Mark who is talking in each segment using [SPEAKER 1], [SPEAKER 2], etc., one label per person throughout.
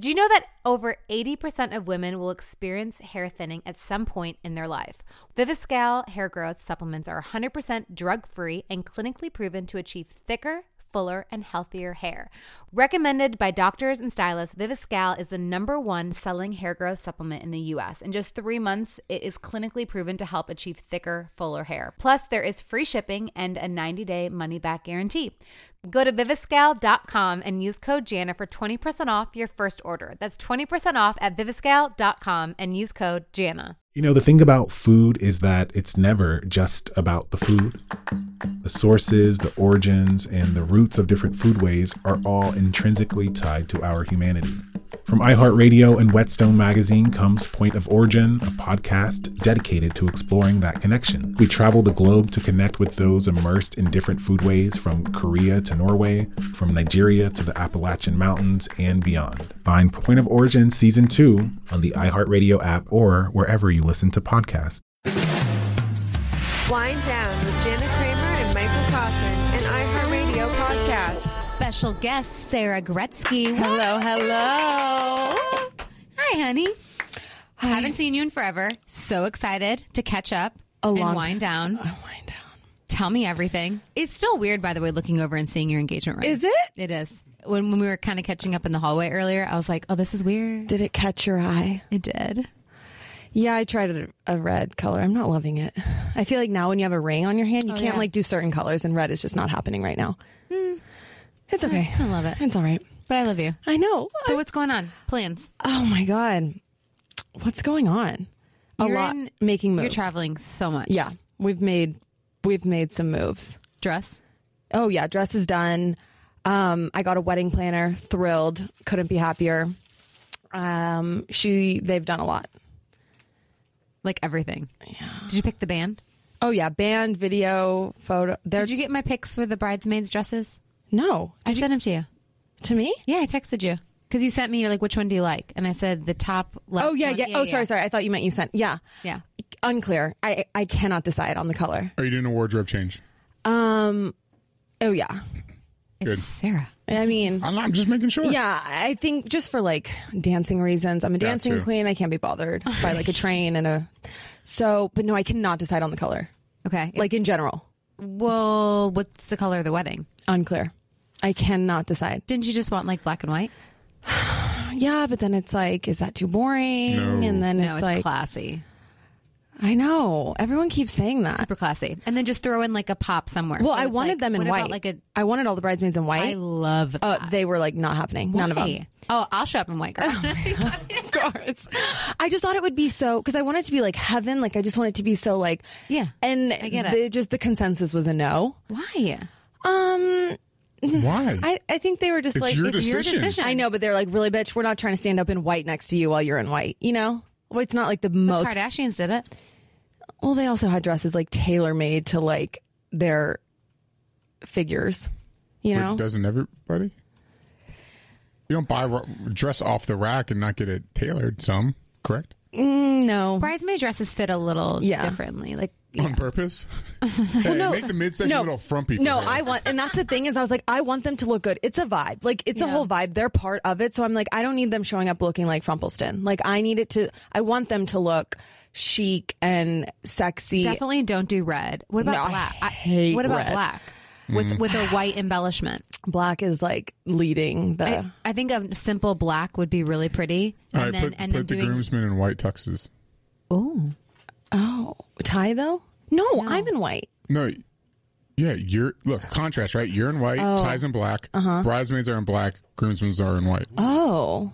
[SPEAKER 1] Do you know that over 80% of women will experience hair thinning at some point in their life? Viviscal hair growth supplements are 100% drug free and clinically proven to achieve thicker, fuller, and healthier hair. Recommended by doctors and stylists, Viviscal is the number one selling hair growth supplement in the US. In just three months, it is clinically proven to help achieve thicker, fuller hair. Plus, there is free shipping and a 90 day money back guarantee. Go to viviscal.com and use code Jana for 20% off your first order. That's 20% off at viviscal.com and use code Jana.
[SPEAKER 2] You know, the thing about food is that it's never just about the food. The sources, the origins, and the roots of different foodways are all intrinsically tied to our humanity. From iHeartRadio and Whetstone Magazine comes Point of Origin, a podcast dedicated to exploring that connection. We travel the globe to connect with those immersed in different foodways from Korea to Norway, from Nigeria to the Appalachian Mountains, and beyond. Find Point of Origin Season 2 on the iHeartRadio app or wherever you listen to podcasts.
[SPEAKER 3] Wind Down with Jana Kramer and Michael Kaufman, an iHeartRadio podcast.
[SPEAKER 1] Special guest, Sarah Gretzky.
[SPEAKER 4] Hello, hello.
[SPEAKER 1] Hi, honey. Haven't seen you in forever. So excited to catch up
[SPEAKER 4] A
[SPEAKER 1] and
[SPEAKER 4] long
[SPEAKER 1] wind down.
[SPEAKER 4] I wind down.
[SPEAKER 1] Tell me everything. It's still weird, by the way, looking over and seeing your engagement ring.
[SPEAKER 4] Is it?
[SPEAKER 1] It is. When, when we were kind of catching up in the hallway earlier, I was like, oh, this is weird.
[SPEAKER 4] Did it catch your eye?
[SPEAKER 1] It did.
[SPEAKER 4] Yeah, I tried a, a red color. I'm not loving it. I feel like now when you have a ring on your hand, you can't
[SPEAKER 1] Oh, yeah.
[SPEAKER 4] like do certain colors, and red is just not happening right now. It's okay.
[SPEAKER 1] I love it.
[SPEAKER 4] It's all right.
[SPEAKER 1] But I love you.
[SPEAKER 4] I know.
[SPEAKER 1] So what's going on? Plans.
[SPEAKER 4] oh my god, what's going on? A
[SPEAKER 1] You're
[SPEAKER 4] lot
[SPEAKER 1] in-
[SPEAKER 4] making moves.
[SPEAKER 1] You're traveling so much.
[SPEAKER 4] Yeah, we've made we've made some moves.
[SPEAKER 1] Dress.
[SPEAKER 4] Oh yeah, dress is done. Um, I got a wedding planner. Thrilled. Couldn't be happier. Um, she. They've done a lot.
[SPEAKER 1] Like everything. Did you pick the band?
[SPEAKER 4] Oh yeah, band, video, photo. They're
[SPEAKER 1] Did you get my pics for the bridesmaids' dresses?
[SPEAKER 4] no
[SPEAKER 1] I sent them to you.
[SPEAKER 4] to me.
[SPEAKER 1] Yeah, I texted you because you sent me. You're like, which one do you like? And I said the top left.
[SPEAKER 4] Oh yeah,
[SPEAKER 1] one."
[SPEAKER 4] yeah. Oh sorry, sorry. I thought you meant you sent. Yeah,
[SPEAKER 1] Yeah.
[SPEAKER 4] unclear. I I cannot decide on the color.
[SPEAKER 5] Are you doing a wardrobe change?
[SPEAKER 4] Um. Oh yeah.
[SPEAKER 1] It's
[SPEAKER 5] Good.
[SPEAKER 1] Sarah.
[SPEAKER 4] I mean,
[SPEAKER 5] I'm, not- I'm just making sure.
[SPEAKER 4] yeah. I think just for like dancing reasons, I'm a dancing
[SPEAKER 5] too.
[SPEAKER 4] queen. I can't be bothered by like a train and a. So, but no, I cannot decide on the color.
[SPEAKER 1] Okay. Like,
[SPEAKER 4] Like in general,
[SPEAKER 1] well, what's the color of the wedding?
[SPEAKER 4] unclear. I cannot decide.
[SPEAKER 1] Didn't you just want like black and white?
[SPEAKER 4] Yeah, but then it's like, is that too boring?
[SPEAKER 5] No.
[SPEAKER 4] And then
[SPEAKER 1] No,
[SPEAKER 4] it's,
[SPEAKER 1] it's
[SPEAKER 4] like,
[SPEAKER 1] classy,
[SPEAKER 4] I know everyone keeps saying that.
[SPEAKER 1] super classy. And then just throw in like a pop somewhere.
[SPEAKER 4] Well,
[SPEAKER 1] So
[SPEAKER 4] I
[SPEAKER 1] it's
[SPEAKER 4] wanted
[SPEAKER 1] like,
[SPEAKER 4] them in
[SPEAKER 1] what
[SPEAKER 4] white.
[SPEAKER 1] About, like a,
[SPEAKER 4] I wanted all the bridesmaids in
[SPEAKER 1] I
[SPEAKER 4] white.
[SPEAKER 1] love that.
[SPEAKER 4] uh, they were like not happening. None of them.
[SPEAKER 1] Hey. Oh, I'll show up in white. Girl.
[SPEAKER 4] I just thought it would be so because I wanted it to be like heaven. Like I just wanted it to be so like
[SPEAKER 1] Yeah,
[SPEAKER 4] And
[SPEAKER 1] I get it.
[SPEAKER 4] the- just the consensus was a no.
[SPEAKER 1] Why?
[SPEAKER 4] Um,
[SPEAKER 5] Why?
[SPEAKER 4] I I think they were just
[SPEAKER 5] it's
[SPEAKER 4] like
[SPEAKER 5] your
[SPEAKER 1] it's your
[SPEAKER 5] decision.
[SPEAKER 1] decision.
[SPEAKER 4] I know, but they're like really bitch. We're not trying to stand up in white next to you while you're in white. You know. Well, it's not like the most.
[SPEAKER 1] Kardashians did it.
[SPEAKER 4] well, they also had dresses like tailor made to like their figures. You
[SPEAKER 5] But
[SPEAKER 4] know.
[SPEAKER 5] doesn't everybody? You don't buy ro- dress off the rack and not get it tailored. Some correct
[SPEAKER 4] mm, no.
[SPEAKER 1] Bridesmaid dresses fit a little
[SPEAKER 4] Yeah.
[SPEAKER 1] differently. Like,
[SPEAKER 5] on purpose. Hey, make the midsection a little frumpy. For
[SPEAKER 4] No,
[SPEAKER 5] her.
[SPEAKER 4] I want, and that's the thing is, I was like, I want them to look good. It's a vibe, like it's a
[SPEAKER 1] Yeah.
[SPEAKER 4] whole vibe. They're part of it, so I'm like, I don't need them showing up looking like Frumpelston. Like I need it to, I want them to look chic and sexy.
[SPEAKER 1] Definitely don't do red. What about
[SPEAKER 4] No, I
[SPEAKER 1] black?
[SPEAKER 4] hate
[SPEAKER 1] what about
[SPEAKER 4] red.
[SPEAKER 1] black with
[SPEAKER 5] Mm.
[SPEAKER 1] with a white embellishment?
[SPEAKER 4] Black is like leading the.
[SPEAKER 1] I, I think a simple black would be really pretty,
[SPEAKER 5] All
[SPEAKER 1] and
[SPEAKER 5] right,
[SPEAKER 1] then
[SPEAKER 5] put,
[SPEAKER 1] and then
[SPEAKER 5] put the
[SPEAKER 1] doing
[SPEAKER 5] groomsmen in white tuxes.
[SPEAKER 1] oh
[SPEAKER 4] oh, tie though? No, I'm in white.
[SPEAKER 5] No, yeah, you're look contrast right. You're in white,
[SPEAKER 4] Oh.
[SPEAKER 5] ties in black. Bridesmaids are in black, groomsmen are in white.
[SPEAKER 4] Uh-huh. Oh,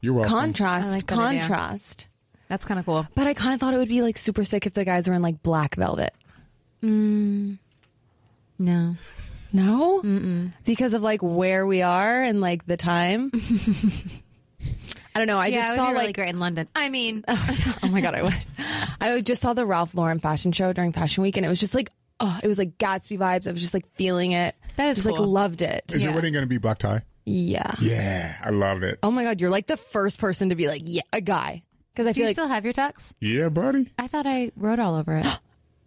[SPEAKER 5] You're welcome.
[SPEAKER 4] contrast,
[SPEAKER 1] I like that idea.
[SPEAKER 4] contrast.
[SPEAKER 1] that's kind of cool.
[SPEAKER 4] But I kind of thought it would be like super sick if the guys were in like black velvet.
[SPEAKER 1] Mm. No,
[SPEAKER 4] No, Mm-mm. because of like where we are and like the time. I don't know. I
[SPEAKER 1] yeah,
[SPEAKER 4] just
[SPEAKER 1] it would
[SPEAKER 4] saw
[SPEAKER 1] be really
[SPEAKER 4] like
[SPEAKER 1] great in London. I mean,
[SPEAKER 4] oh my god, I would. I just saw the Ralph Lauren fashion show during Fashion Week, and it was just like oh, it was like Gatsby vibes. I was just like feeling it.
[SPEAKER 1] That is
[SPEAKER 4] just
[SPEAKER 1] cool.
[SPEAKER 4] like loved it.
[SPEAKER 5] Is
[SPEAKER 1] Yeah.
[SPEAKER 5] your wedding going to be black tie?
[SPEAKER 4] Yeah.
[SPEAKER 5] Yeah, I love it.
[SPEAKER 4] Oh my god, you're like the first person to be like yeah, a guy because I
[SPEAKER 1] do you
[SPEAKER 4] feel like
[SPEAKER 1] still have your tux?
[SPEAKER 5] Yeah, buddy,
[SPEAKER 1] I thought I wrote all over it.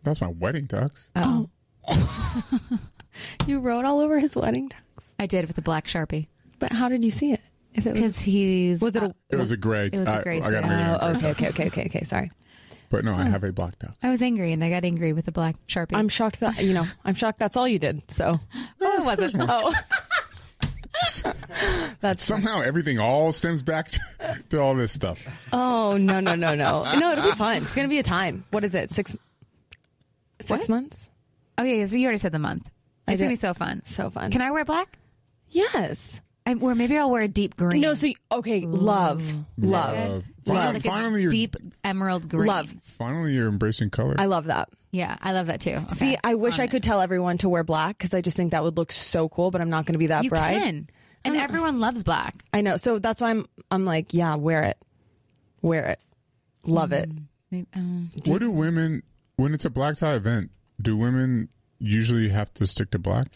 [SPEAKER 5] that's my wedding tux.
[SPEAKER 1] Oh,
[SPEAKER 4] you wrote all over his wedding tux.
[SPEAKER 1] I did with a black sharpie.
[SPEAKER 4] But how did you see it? If it was,
[SPEAKER 1] because he's uh,
[SPEAKER 4] was it a?
[SPEAKER 5] It was a gray. It
[SPEAKER 1] was a gray
[SPEAKER 5] I, I got
[SPEAKER 1] sale.
[SPEAKER 5] it.
[SPEAKER 4] Oh, okay, okay, okay, okay, okay. Sorry.
[SPEAKER 5] But no, I have a black dog.
[SPEAKER 1] I was angry and I got angry with the black sharpie.
[SPEAKER 4] I'm shocked that you know. I'm shocked that's all you did. So
[SPEAKER 1] oh, it wasn't.
[SPEAKER 4] oh, that's
[SPEAKER 5] Somehow everything all stems back to, to all this stuff.
[SPEAKER 4] oh no no no no no. It'll be fun. It's gonna be a time. What is it? Six six months.
[SPEAKER 1] Oh yeah, yeah, so you already said the month.
[SPEAKER 4] I
[SPEAKER 1] It's gonna
[SPEAKER 4] did.
[SPEAKER 1] be so fun.
[SPEAKER 4] So fun.
[SPEAKER 1] Can I wear black?
[SPEAKER 4] Yes.
[SPEAKER 1] I, or maybe I'll wear a deep green.
[SPEAKER 4] No. So you- okay. Love. Love.
[SPEAKER 5] Love. Finally,
[SPEAKER 1] like
[SPEAKER 5] finally
[SPEAKER 1] a
[SPEAKER 5] you're
[SPEAKER 1] deep emerald green.
[SPEAKER 4] Love.
[SPEAKER 5] finally you're embracing color.
[SPEAKER 4] I love that.
[SPEAKER 1] Yeah, I love that too. Okay.
[SPEAKER 4] See, I wish I could tell everyone to wear black because I just think that would look so cool. But I'm not going to be that
[SPEAKER 1] you
[SPEAKER 4] bride.
[SPEAKER 1] can, and everyone loves black.
[SPEAKER 4] I know. So that's why I'm. I'm like, yeah, wear it, wear it, love it.
[SPEAKER 1] Maybe- um,
[SPEAKER 5] what do women when it's a black tie event? Do women usually have to stick to black?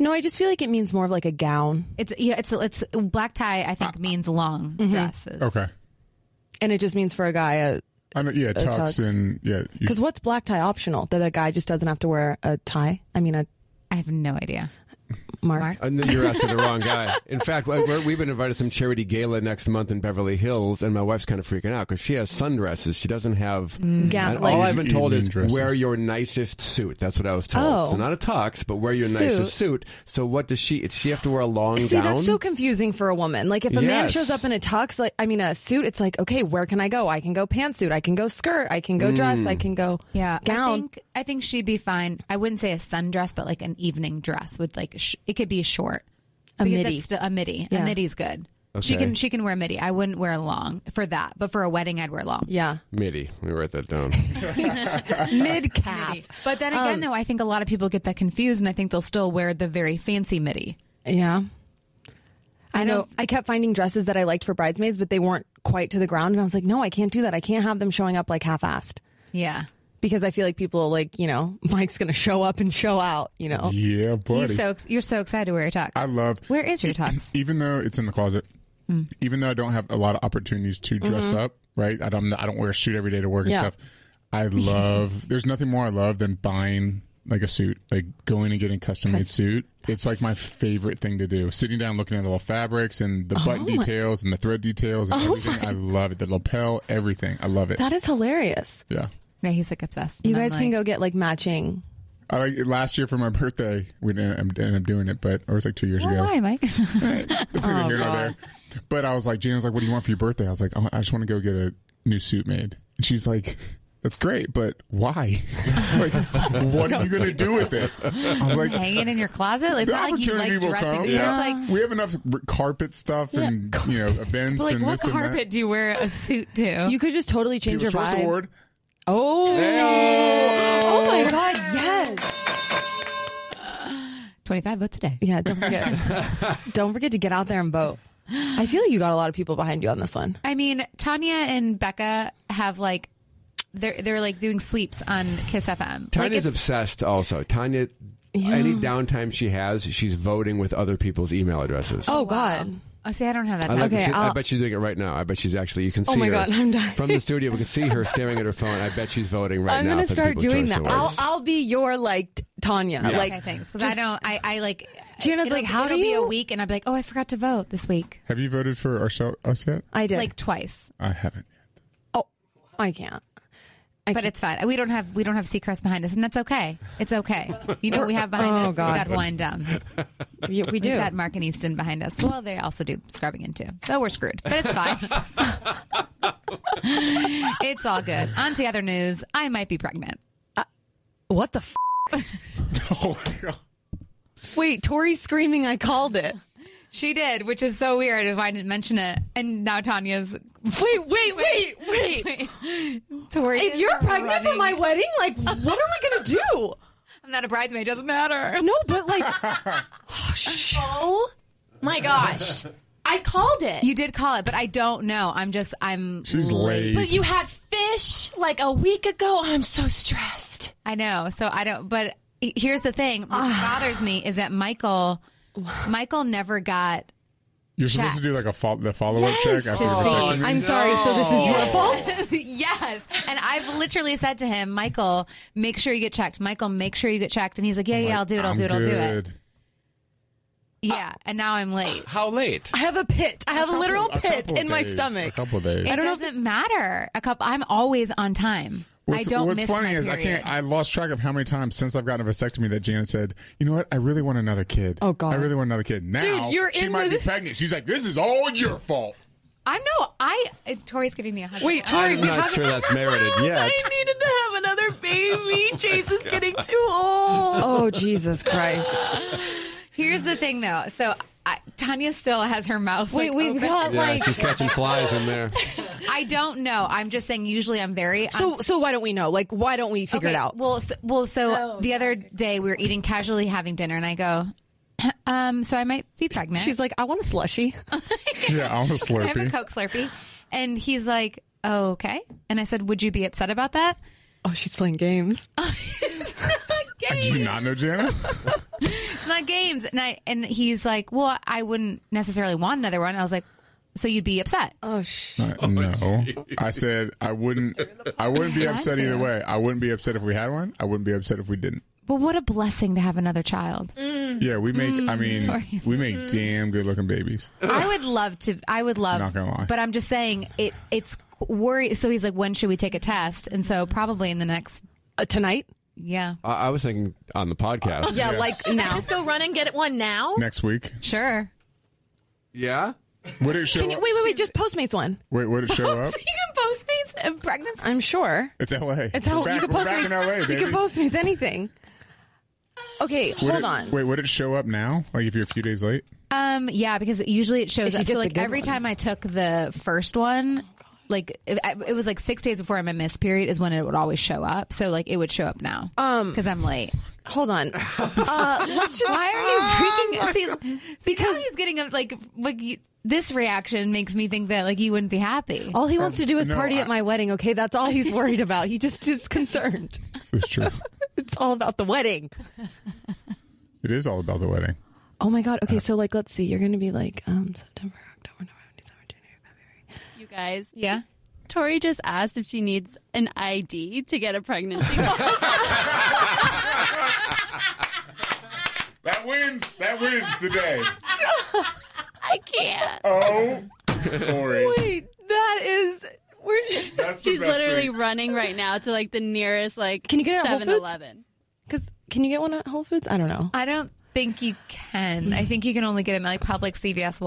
[SPEAKER 4] No, I just feel like it means more of like a gown, Uh,
[SPEAKER 1] it's yeah, it's it's black tie. I think means long dresses.
[SPEAKER 5] Okay,
[SPEAKER 4] mm-hmm. and it just means for a guy
[SPEAKER 5] I know. Yeah, tux,
[SPEAKER 4] tux.
[SPEAKER 5] and yeah. you-
[SPEAKER 4] because what's black tie optional that a guy just doesn't have to wear a tie. I mean a
[SPEAKER 1] I have no idea.
[SPEAKER 4] mark.
[SPEAKER 1] Mark?
[SPEAKER 6] And then Uh, you're asking the wrong guy. In fact, we- we're, we've been invited to some charity gala next month in Beverly Hills, and my wife's kind of freaking out because she has sundresses. She doesn't have.
[SPEAKER 4] Mm. Gown,
[SPEAKER 6] And all
[SPEAKER 4] like-
[SPEAKER 6] I've been told is
[SPEAKER 5] Evening dresses.
[SPEAKER 6] wear your nicest suit. That's what I was told.
[SPEAKER 4] Oh.
[SPEAKER 6] So not a tux, but wear your nicest suit. So what does she? Does she have to wear a long
[SPEAKER 4] See,
[SPEAKER 6] gown?
[SPEAKER 4] that's so confusing for a woman. Like, if a man
[SPEAKER 6] Yes.
[SPEAKER 4] shows up in a tux, like I mean a suit, it's like, okay, where can I go? I can go pantsuit, I can go skirt, I can go dress, I can go
[SPEAKER 1] Yeah, I
[SPEAKER 4] gown.
[SPEAKER 1] think I think she'd be fine. I wouldn't say a sundress, but like an evening dress with like sh- it could be short.
[SPEAKER 4] A
[SPEAKER 1] Because
[SPEAKER 4] midi.
[SPEAKER 1] that's still, a midi. A
[SPEAKER 4] Yeah.
[SPEAKER 1] midi's good. She
[SPEAKER 6] Okay.
[SPEAKER 1] can she can wear midi. I wouldn't wear long for that, but for a wedding, I'd wear long.
[SPEAKER 4] yeah,
[SPEAKER 6] Midi. Let me write that down.
[SPEAKER 4] mid calf.
[SPEAKER 1] But then again,
[SPEAKER 4] Um,
[SPEAKER 1] though, I think a lot of people get that confused, and I think they'll still wear the very fancy midi.
[SPEAKER 4] Yeah. I know. I kept finding dresses that I liked for bridesmaids, but they weren't quite to the ground. And I was like, no, I can't do that. I can't have them showing up like half assed
[SPEAKER 1] Yeah,
[SPEAKER 4] because I feel like people, like, you know, Mike's going to show up and show out, you know?
[SPEAKER 5] yeah, buddy.
[SPEAKER 1] He's so ex- you're so excited to wear your tux.
[SPEAKER 5] I love. e-,
[SPEAKER 1] Where is your tux? Mm.
[SPEAKER 5] Even though it's in the closet, even though I don't have a lot of opportunities to dress
[SPEAKER 1] Mm-hmm.
[SPEAKER 5] up, right? I don't. I don't wear a suit every day to work and
[SPEAKER 4] Yeah.
[SPEAKER 5] stuff. I love. there's nothing more I love than buying like a suit, like going and getting a custom made suit. It's like my favorite thing to do. Sitting down, looking at all the fabrics and the
[SPEAKER 1] Oh.
[SPEAKER 5] button details and the thread details and everything. I love it. The lapel, everything. I love it.
[SPEAKER 4] That is hilarious.
[SPEAKER 5] yeah.
[SPEAKER 1] Yeah, he's like obsessed.
[SPEAKER 4] You
[SPEAKER 1] And I'm
[SPEAKER 4] guys can
[SPEAKER 1] like,
[SPEAKER 4] go get like matching.
[SPEAKER 5] I like last year for my birthday. We didn't end up doing it, but or it was like two years ago.
[SPEAKER 1] Well, why, Mike?
[SPEAKER 5] It's
[SPEAKER 1] Oh,
[SPEAKER 5] neither here nor there. But I was like, Jane was like, "What do you want for your birthday?" I was like, "Oh, "I just want to go get a new suit made." And she's like, "That's great, but why? like, what are you going to do with it?" I was like,
[SPEAKER 1] Hanging in your closet? Like, it's
[SPEAKER 5] "The
[SPEAKER 1] not like you
[SPEAKER 5] opportunity
[SPEAKER 1] like
[SPEAKER 5] will
[SPEAKER 1] dressing.
[SPEAKER 5] come.
[SPEAKER 1] It's like
[SPEAKER 5] we have enough r- carpet stuff and you know events
[SPEAKER 1] like
[SPEAKER 5] and
[SPEAKER 1] what
[SPEAKER 5] this and
[SPEAKER 1] carpet do you wear a suit to?
[SPEAKER 4] You could just totally
[SPEAKER 5] that."
[SPEAKER 4] change
[SPEAKER 5] People's
[SPEAKER 4] your
[SPEAKER 5] Choice
[SPEAKER 4] vibe.
[SPEAKER 5] Award.
[SPEAKER 4] Oh. Oh my God. Yes.
[SPEAKER 1] 25 votes a day.
[SPEAKER 4] Yeah. Don't forget. don't forget to get out there and vote. I feel like you got a lot of people behind you on this one.
[SPEAKER 1] I mean, Tanya and Becca have like they're they're like doing sweeps on Kiss FM. Like
[SPEAKER 6] Tanya's
[SPEAKER 1] it's-
[SPEAKER 6] obsessed. Also, Tanya. Any downtime she has, she's voting with other people's email addresses.
[SPEAKER 4] Oh, God.
[SPEAKER 1] oh, see, I don't have that.
[SPEAKER 6] I,
[SPEAKER 1] Time.
[SPEAKER 6] like
[SPEAKER 4] Okay,
[SPEAKER 6] she, I
[SPEAKER 4] I'll- Oh
[SPEAKER 6] bet she's doing it right now. I bet she's actually. You can see
[SPEAKER 4] my
[SPEAKER 6] her
[SPEAKER 4] God, I'm dying.
[SPEAKER 6] from the studio. We can see her staring at her phone. I bet she's voting right
[SPEAKER 4] I'm
[SPEAKER 6] now.
[SPEAKER 4] gonna
[SPEAKER 6] for the
[SPEAKER 4] start
[SPEAKER 6] People's
[SPEAKER 4] doing
[SPEAKER 6] Choice
[SPEAKER 4] that. I'll
[SPEAKER 6] Awards.
[SPEAKER 4] I'll be your like t- Tanya. Like
[SPEAKER 1] okay, thanks. 'Cause
[SPEAKER 4] just-
[SPEAKER 1] I don't. I, I like.
[SPEAKER 4] Gina's
[SPEAKER 1] it'll-
[SPEAKER 4] like, how
[SPEAKER 1] it'll
[SPEAKER 4] do
[SPEAKER 1] be a
[SPEAKER 4] you-
[SPEAKER 1] week, and I'll be like, oh, I forgot to vote this week,
[SPEAKER 5] Have you voted for ourselves us yet?
[SPEAKER 4] I did.
[SPEAKER 1] like twice.
[SPEAKER 5] I haven't.
[SPEAKER 4] oh, I can't. I
[SPEAKER 1] But
[SPEAKER 4] can't.
[SPEAKER 1] it's fine. We don't have we don't have Seacrest behind us, and that's okay. It's okay. You know what we have behind us.
[SPEAKER 4] Oh, God.
[SPEAKER 1] We got wind down.
[SPEAKER 4] we, we
[SPEAKER 1] We
[SPEAKER 4] do.
[SPEAKER 1] got Mark and Easton behind us. Well, they also do scrubbing in too, so we're screwed. But it's fine. it's all good. On to other news. I might be pregnant.
[SPEAKER 4] Uh, What the? F-
[SPEAKER 5] Oh my god.
[SPEAKER 4] Wait, Tori's screaming. I called it.
[SPEAKER 1] She did, which is so weird if I didn't mention it. And now Tanya's
[SPEAKER 4] Wait, wait, wait, wait.
[SPEAKER 1] Tori.
[SPEAKER 4] If
[SPEAKER 1] is
[SPEAKER 4] you're pregnant for
[SPEAKER 1] running.
[SPEAKER 4] my wedding, like, what are we gonna do?
[SPEAKER 1] I'm not a bridesmaid. Doesn't matter.
[SPEAKER 4] No, but like,
[SPEAKER 7] Oh my gosh. I called it.
[SPEAKER 1] You did call it, but I don't know. I'm just I'm.
[SPEAKER 5] She's lazy.
[SPEAKER 7] but you had fish like a week ago. I'm so stressed.
[SPEAKER 1] I know. So I don't. But here's the thing. What
[SPEAKER 7] Ah.
[SPEAKER 1] bothers me is that Michael. Michael never got
[SPEAKER 5] You're supposed to do like a fol- the follow up check after your vasectomy.
[SPEAKER 4] I'm sorry. So this is your fault.
[SPEAKER 1] yes. And I've literally said to him, Michael, make sure you get checked. Michael, make sure you get checked. And he's like, Yeah, yeah, I'll do it. I'll
[SPEAKER 5] I'm
[SPEAKER 1] do it. I'll do it.
[SPEAKER 5] good.
[SPEAKER 1] Yeah, and now I'm late.
[SPEAKER 6] How late?
[SPEAKER 4] I have a pit. I have a, literal
[SPEAKER 5] A
[SPEAKER 4] pit
[SPEAKER 5] couple
[SPEAKER 4] in my
[SPEAKER 5] days, A
[SPEAKER 4] stomach.
[SPEAKER 5] couple days.
[SPEAKER 1] It
[SPEAKER 4] don't know if
[SPEAKER 1] doesn't matter. A couple. I'm always on time. I don't
[SPEAKER 5] what's
[SPEAKER 1] miss
[SPEAKER 5] funny
[SPEAKER 1] my
[SPEAKER 5] is I
[SPEAKER 1] period.
[SPEAKER 5] can't. I lost track of how many times since I've gotten a vasectomy that Janet said, "You know what? I really want another kid.
[SPEAKER 4] Oh, God.
[SPEAKER 5] I really want another kid." Now,
[SPEAKER 4] Dude, you're
[SPEAKER 5] she
[SPEAKER 4] in
[SPEAKER 5] might
[SPEAKER 4] with-
[SPEAKER 5] be pregnant. She's like, "This is all your fault."
[SPEAKER 1] I know. I uh, Tori's giving me a hundred.
[SPEAKER 4] Wait, Tori,
[SPEAKER 6] I'm
[SPEAKER 4] we
[SPEAKER 6] not
[SPEAKER 4] haven't-
[SPEAKER 6] sure that's merited yet.
[SPEAKER 7] I needed to have another
[SPEAKER 5] Oh
[SPEAKER 7] baby. Chase is getting too old.
[SPEAKER 4] Oh Jesus Christ!
[SPEAKER 1] Here's the thing, though. So I, Tanya still has her mouth.
[SPEAKER 8] Wait,
[SPEAKER 1] like,
[SPEAKER 8] we've
[SPEAKER 1] open.
[SPEAKER 8] got
[SPEAKER 6] Yeah,
[SPEAKER 8] like
[SPEAKER 6] she's catching flies in there.
[SPEAKER 1] I don't know. I'm just saying. Usually, I'm very.
[SPEAKER 4] So so why don't we know? Like why don't we figure it out?
[SPEAKER 1] Well, so, well. So the other day we were eating casually, having dinner, and I go, um, "So I might be pregnant."
[SPEAKER 4] She's like, I want a slushy.
[SPEAKER 5] Yeah,
[SPEAKER 1] I
[SPEAKER 5] I'm a
[SPEAKER 1] have a
[SPEAKER 5] slurpee.
[SPEAKER 1] Coke Slurpee, and he's like, oh, "Okay." And I said, "Would you be upset about that?"
[SPEAKER 4] Oh, she's playing games.
[SPEAKER 5] Do you not know Janet?
[SPEAKER 1] It's not games, and I and he's like, "Well, I wouldn't necessarily want another one." I was like, "So you'd be upset?"
[SPEAKER 4] Oh, sh-
[SPEAKER 5] Uh, no, I said I wouldn't. I wouldn't be
[SPEAKER 1] You had
[SPEAKER 5] upset
[SPEAKER 1] to.
[SPEAKER 5] either way. I wouldn't be upset if we had one. I wouldn't be upset if we didn't.
[SPEAKER 1] But what a blessing to have another child.
[SPEAKER 4] Mm.
[SPEAKER 5] Yeah, we make. I mean,
[SPEAKER 1] Tori's-
[SPEAKER 5] we make damn good looking babies.
[SPEAKER 1] I would love to. I would love.
[SPEAKER 5] Not gonna lie.
[SPEAKER 1] But I'm just saying it. It's worry. So he's like, when should we take a test? And so probably in the next.
[SPEAKER 4] uh, tonight?
[SPEAKER 1] Yeah,
[SPEAKER 6] I, I was thinking on the podcast.
[SPEAKER 4] Yeah, like now.
[SPEAKER 8] just go run and get it one now.
[SPEAKER 5] Next week,
[SPEAKER 1] sure.
[SPEAKER 6] Yeah?
[SPEAKER 5] would it show?
[SPEAKER 4] Can you,
[SPEAKER 5] up?
[SPEAKER 4] wait, wait, wait. Just Postmates one.
[SPEAKER 5] Wait, would it show up?
[SPEAKER 8] You can postmates and pregnancy.
[SPEAKER 4] I'm sure.
[SPEAKER 5] It's L.A.
[SPEAKER 4] It's
[SPEAKER 5] We're
[SPEAKER 4] how
[SPEAKER 5] back,
[SPEAKER 4] you can
[SPEAKER 5] we're back
[SPEAKER 4] Postmates.
[SPEAKER 5] in L.A. Baby.
[SPEAKER 4] you can Postmates anything. Okay,
[SPEAKER 5] Would
[SPEAKER 4] hold
[SPEAKER 5] it-
[SPEAKER 4] on.
[SPEAKER 5] Wait, would it show up now? Like if you're a few days late?
[SPEAKER 1] Um. Yeah, because usually it shows
[SPEAKER 4] If you
[SPEAKER 1] up. So
[SPEAKER 4] get
[SPEAKER 1] like
[SPEAKER 4] the good
[SPEAKER 1] every
[SPEAKER 4] ones. Oh,
[SPEAKER 1] time I took the first one. Like it, it was like six days before my missed period is when it would always show up. So like it would show up now because I'm late.
[SPEAKER 4] Um, Hold on. Uh, let's just.
[SPEAKER 1] Why are you freaking? See, because he's getting a, like like you- this reaction makes me think that like you wouldn't be happy.
[SPEAKER 4] All he wants to do is
[SPEAKER 5] No,
[SPEAKER 4] party
[SPEAKER 5] I-
[SPEAKER 4] at my wedding. Okay, that's all he's worried about. He just is concerned.
[SPEAKER 5] It's true.
[SPEAKER 4] It's all about the wedding.
[SPEAKER 5] it is all about the wedding.
[SPEAKER 4] Oh my god.
[SPEAKER 5] Uh,
[SPEAKER 4] Okay, so like, let's see. You're gonna be like um September, October, November, December, January, February.
[SPEAKER 9] You guys,
[SPEAKER 1] Yeah.
[SPEAKER 9] Tori just asked if she needs an ID to get a pregnancy test.
[SPEAKER 5] That wins. That wins the day.
[SPEAKER 9] I can't.
[SPEAKER 5] Oh, Tori.
[SPEAKER 8] Wait, that is we're
[SPEAKER 5] That's the
[SPEAKER 9] She's
[SPEAKER 5] best
[SPEAKER 9] literally
[SPEAKER 5] thing.
[SPEAKER 9] running right now to like the nearest like
[SPEAKER 4] Can you get it at Whole Foods?
[SPEAKER 9] 7-Eleven.
[SPEAKER 4] Because can you get one at Whole Foods? I don't know.
[SPEAKER 1] I don't think you can. I think you can only get them at like public CVS,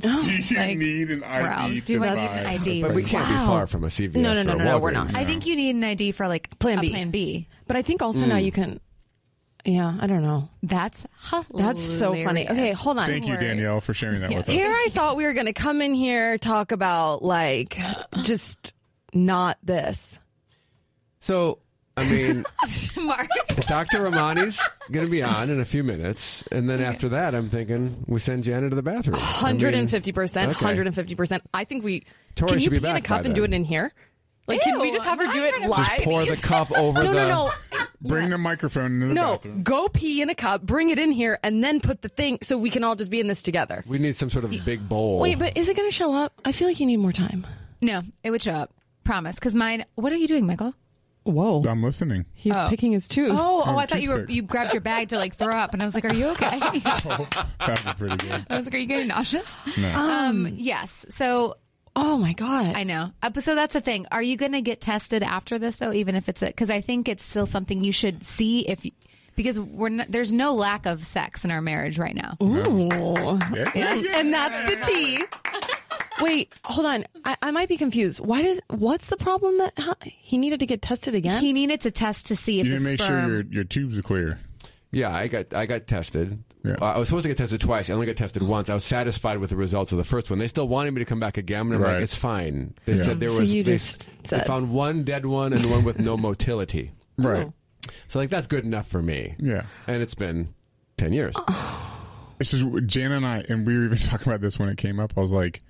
[SPEAKER 1] Walgreens.
[SPEAKER 5] You
[SPEAKER 1] like,
[SPEAKER 5] need an ID.
[SPEAKER 1] rounds. Do
[SPEAKER 5] to
[SPEAKER 1] I need
[SPEAKER 5] buy
[SPEAKER 1] an ID?
[SPEAKER 5] a
[SPEAKER 6] But we can't be far from a CVS.
[SPEAKER 4] No, no, no,
[SPEAKER 6] or a
[SPEAKER 4] no, no, we're
[SPEAKER 6] Walgreens.
[SPEAKER 4] not.
[SPEAKER 1] I think you need an ID for like
[SPEAKER 4] Plan
[SPEAKER 1] a
[SPEAKER 4] B.
[SPEAKER 1] Plan B.
[SPEAKER 4] But I think also
[SPEAKER 5] Mm.
[SPEAKER 4] now you can. Yeah, I don't know.
[SPEAKER 1] That's hilarious.
[SPEAKER 4] That's so funny. Okay, hold on.
[SPEAKER 5] Thank you, Danielle, for sharing that with us.
[SPEAKER 4] Here I thought we were going to come in here talk about like just not this.
[SPEAKER 6] So, I mean,
[SPEAKER 1] Mark.
[SPEAKER 6] Dr. Romani's going to be on in a few minutes. And then after that, I'm thinking we send Janet to the bathroom. I mean,
[SPEAKER 4] 150%,
[SPEAKER 6] okay.
[SPEAKER 4] 150%. I think we
[SPEAKER 6] Tori
[SPEAKER 4] Can you
[SPEAKER 6] should be
[SPEAKER 4] pee in a
[SPEAKER 6] back
[SPEAKER 4] cup
[SPEAKER 6] by
[SPEAKER 4] and do
[SPEAKER 6] then.
[SPEAKER 4] it in here? Like can we just have her do it
[SPEAKER 6] Just
[SPEAKER 4] live?
[SPEAKER 6] pour the cup over
[SPEAKER 4] No,
[SPEAKER 6] the.
[SPEAKER 4] no, no.
[SPEAKER 5] Bring the microphone into the
[SPEAKER 4] No,
[SPEAKER 5] bathroom.
[SPEAKER 4] go pee in a cup, bring it in here and then put the thing so we can all just be in this together.
[SPEAKER 6] We need some sort of big bowl.
[SPEAKER 4] Wait, but is it going to show up? I feel like you need more time.
[SPEAKER 1] No, it would show up. Promise. Because mine. What are you doing, Michael?
[SPEAKER 4] Whoa.
[SPEAKER 5] I'm listening.
[SPEAKER 4] He's picking his tooth.
[SPEAKER 1] Oh, oh!
[SPEAKER 5] Oh,
[SPEAKER 1] I thought you were
[SPEAKER 5] toothpick.
[SPEAKER 1] you grabbed your bag to like throw up, and I was like, "Are you okay?" I
[SPEAKER 5] That was pretty good.
[SPEAKER 1] was like, "Are you getting nauseous?" Um. Yes. So
[SPEAKER 4] Oh my god.
[SPEAKER 1] I know. Uh, but so that's the thing. Are you going to get tested after this though? Even if it's a because I think it's still something you should see if you, because we're not, there's no lack of sex in our marriage right now.
[SPEAKER 4] Ooh.
[SPEAKER 5] Yeah.
[SPEAKER 4] And that's the tea. Wait, hold on. I, I might be confused. Why does what's the problem that huh, he needed to get tested again?
[SPEAKER 1] He needed to test to see if
[SPEAKER 5] You need
[SPEAKER 1] the
[SPEAKER 5] to make
[SPEAKER 1] sperm.
[SPEAKER 5] sure your, your tubes are clear.
[SPEAKER 6] Yeah, I got I got tested.
[SPEAKER 5] Yeah.
[SPEAKER 6] Uh, I was supposed to get tested twice. I only got tested once. I was satisfied with the results of the first one. They still wanted me to come back again, and I'm
[SPEAKER 5] Right.
[SPEAKER 6] like, it's fine. They said there
[SPEAKER 4] So
[SPEAKER 6] was.
[SPEAKER 4] you
[SPEAKER 6] they,
[SPEAKER 4] just
[SPEAKER 6] they
[SPEAKER 4] said-
[SPEAKER 6] found one dead one and one with no motility.
[SPEAKER 5] Right.
[SPEAKER 6] So like that's good enough for me.
[SPEAKER 5] Yeah.
[SPEAKER 6] And it's been ten years.
[SPEAKER 4] Oh.
[SPEAKER 5] This is Jan and I, and we were even talking about this when it came up. I was like,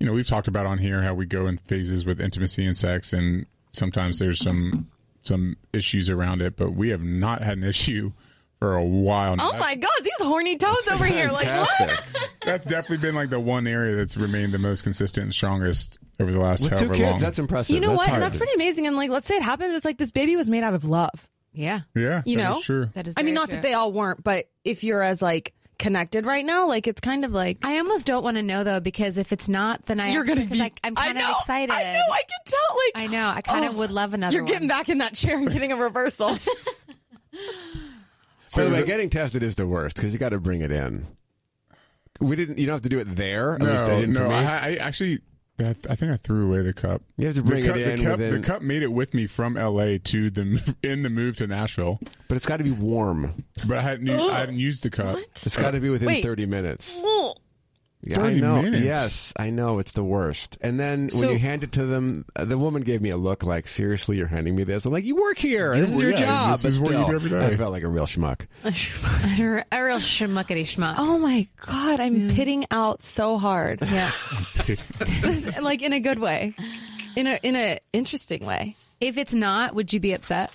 [SPEAKER 5] you know, we've talked about on here how we go in phases with intimacy and sex, and sometimes there's some some issues around it, but we have not had an issue for a while now.
[SPEAKER 4] oh my god, these horny toes over here. Like what?
[SPEAKER 6] Fantastic.
[SPEAKER 5] That's definitely been like the one area that's remained the most consistent and strongest over the last
[SPEAKER 6] With two
[SPEAKER 5] however
[SPEAKER 6] kids,
[SPEAKER 5] long.
[SPEAKER 6] that's impressive.
[SPEAKER 4] You know
[SPEAKER 6] That's
[SPEAKER 4] what?
[SPEAKER 6] hard.
[SPEAKER 4] And that's pretty amazing. And like, let's say it happens. It's like this baby was made out of love.
[SPEAKER 1] yeah,
[SPEAKER 5] yeah,
[SPEAKER 4] You
[SPEAKER 5] that
[SPEAKER 4] know?
[SPEAKER 5] is true.
[SPEAKER 1] that is.
[SPEAKER 4] I mean,
[SPEAKER 1] very
[SPEAKER 4] not
[SPEAKER 1] true.
[SPEAKER 4] that they all weren't, but if you're as like connected right now. Like it's kind of like
[SPEAKER 1] I almost don't want to know though because if it's not, then I
[SPEAKER 4] You're gonna
[SPEAKER 1] actually- 'cause
[SPEAKER 4] be-
[SPEAKER 1] I, am
[SPEAKER 4] I
[SPEAKER 1] kind
[SPEAKER 4] know,
[SPEAKER 1] of excited.
[SPEAKER 4] I know. I can tell. Like
[SPEAKER 1] I know, I kind of
[SPEAKER 4] Oh,
[SPEAKER 1] would love another.
[SPEAKER 4] You're getting
[SPEAKER 1] one.
[SPEAKER 4] back in that chair and getting a reversal.
[SPEAKER 6] By
[SPEAKER 5] So
[SPEAKER 6] the way,
[SPEAKER 5] is it-
[SPEAKER 6] getting tested is the worst because you got to bring it in. We didn't. You don't have to do it there. At least I
[SPEAKER 5] No,
[SPEAKER 6] didn't for
[SPEAKER 5] no,
[SPEAKER 6] me.
[SPEAKER 5] I, I actually, that, I think I threw away the cup.
[SPEAKER 6] You have to
[SPEAKER 5] The
[SPEAKER 6] bring it
[SPEAKER 5] cup-
[SPEAKER 6] in
[SPEAKER 5] The cup,
[SPEAKER 6] within-
[SPEAKER 5] the cup made it with me from L.A. to the move- in the move to Nashville,
[SPEAKER 6] but it's got to be warm.
[SPEAKER 5] but I hadn't u- I hadn't used the cup.
[SPEAKER 6] It's got to be within
[SPEAKER 4] Wait.
[SPEAKER 6] thirty minutes.
[SPEAKER 8] Oh,
[SPEAKER 6] Yeah,
[SPEAKER 5] 30
[SPEAKER 6] I know.
[SPEAKER 5] minutes?
[SPEAKER 6] Yes, I know. It's the worst. And then
[SPEAKER 4] So-
[SPEAKER 6] when you hand it to them, uh, the woman gave me a look like, seriously, you're handing me this? I'm like, you work here. this is your
[SPEAKER 5] yeah,
[SPEAKER 6] job.
[SPEAKER 5] this
[SPEAKER 6] But
[SPEAKER 5] is what you
[SPEAKER 6] still,
[SPEAKER 5] do every day.
[SPEAKER 6] I felt like a real schmuck.
[SPEAKER 1] a real schmuckety schmuck. Mm.
[SPEAKER 4] oh my god, I'm pitting out so hard.
[SPEAKER 1] Yeah.
[SPEAKER 4] This- like in a good way, in a in a interesting way.
[SPEAKER 1] If it's not, would you be upset?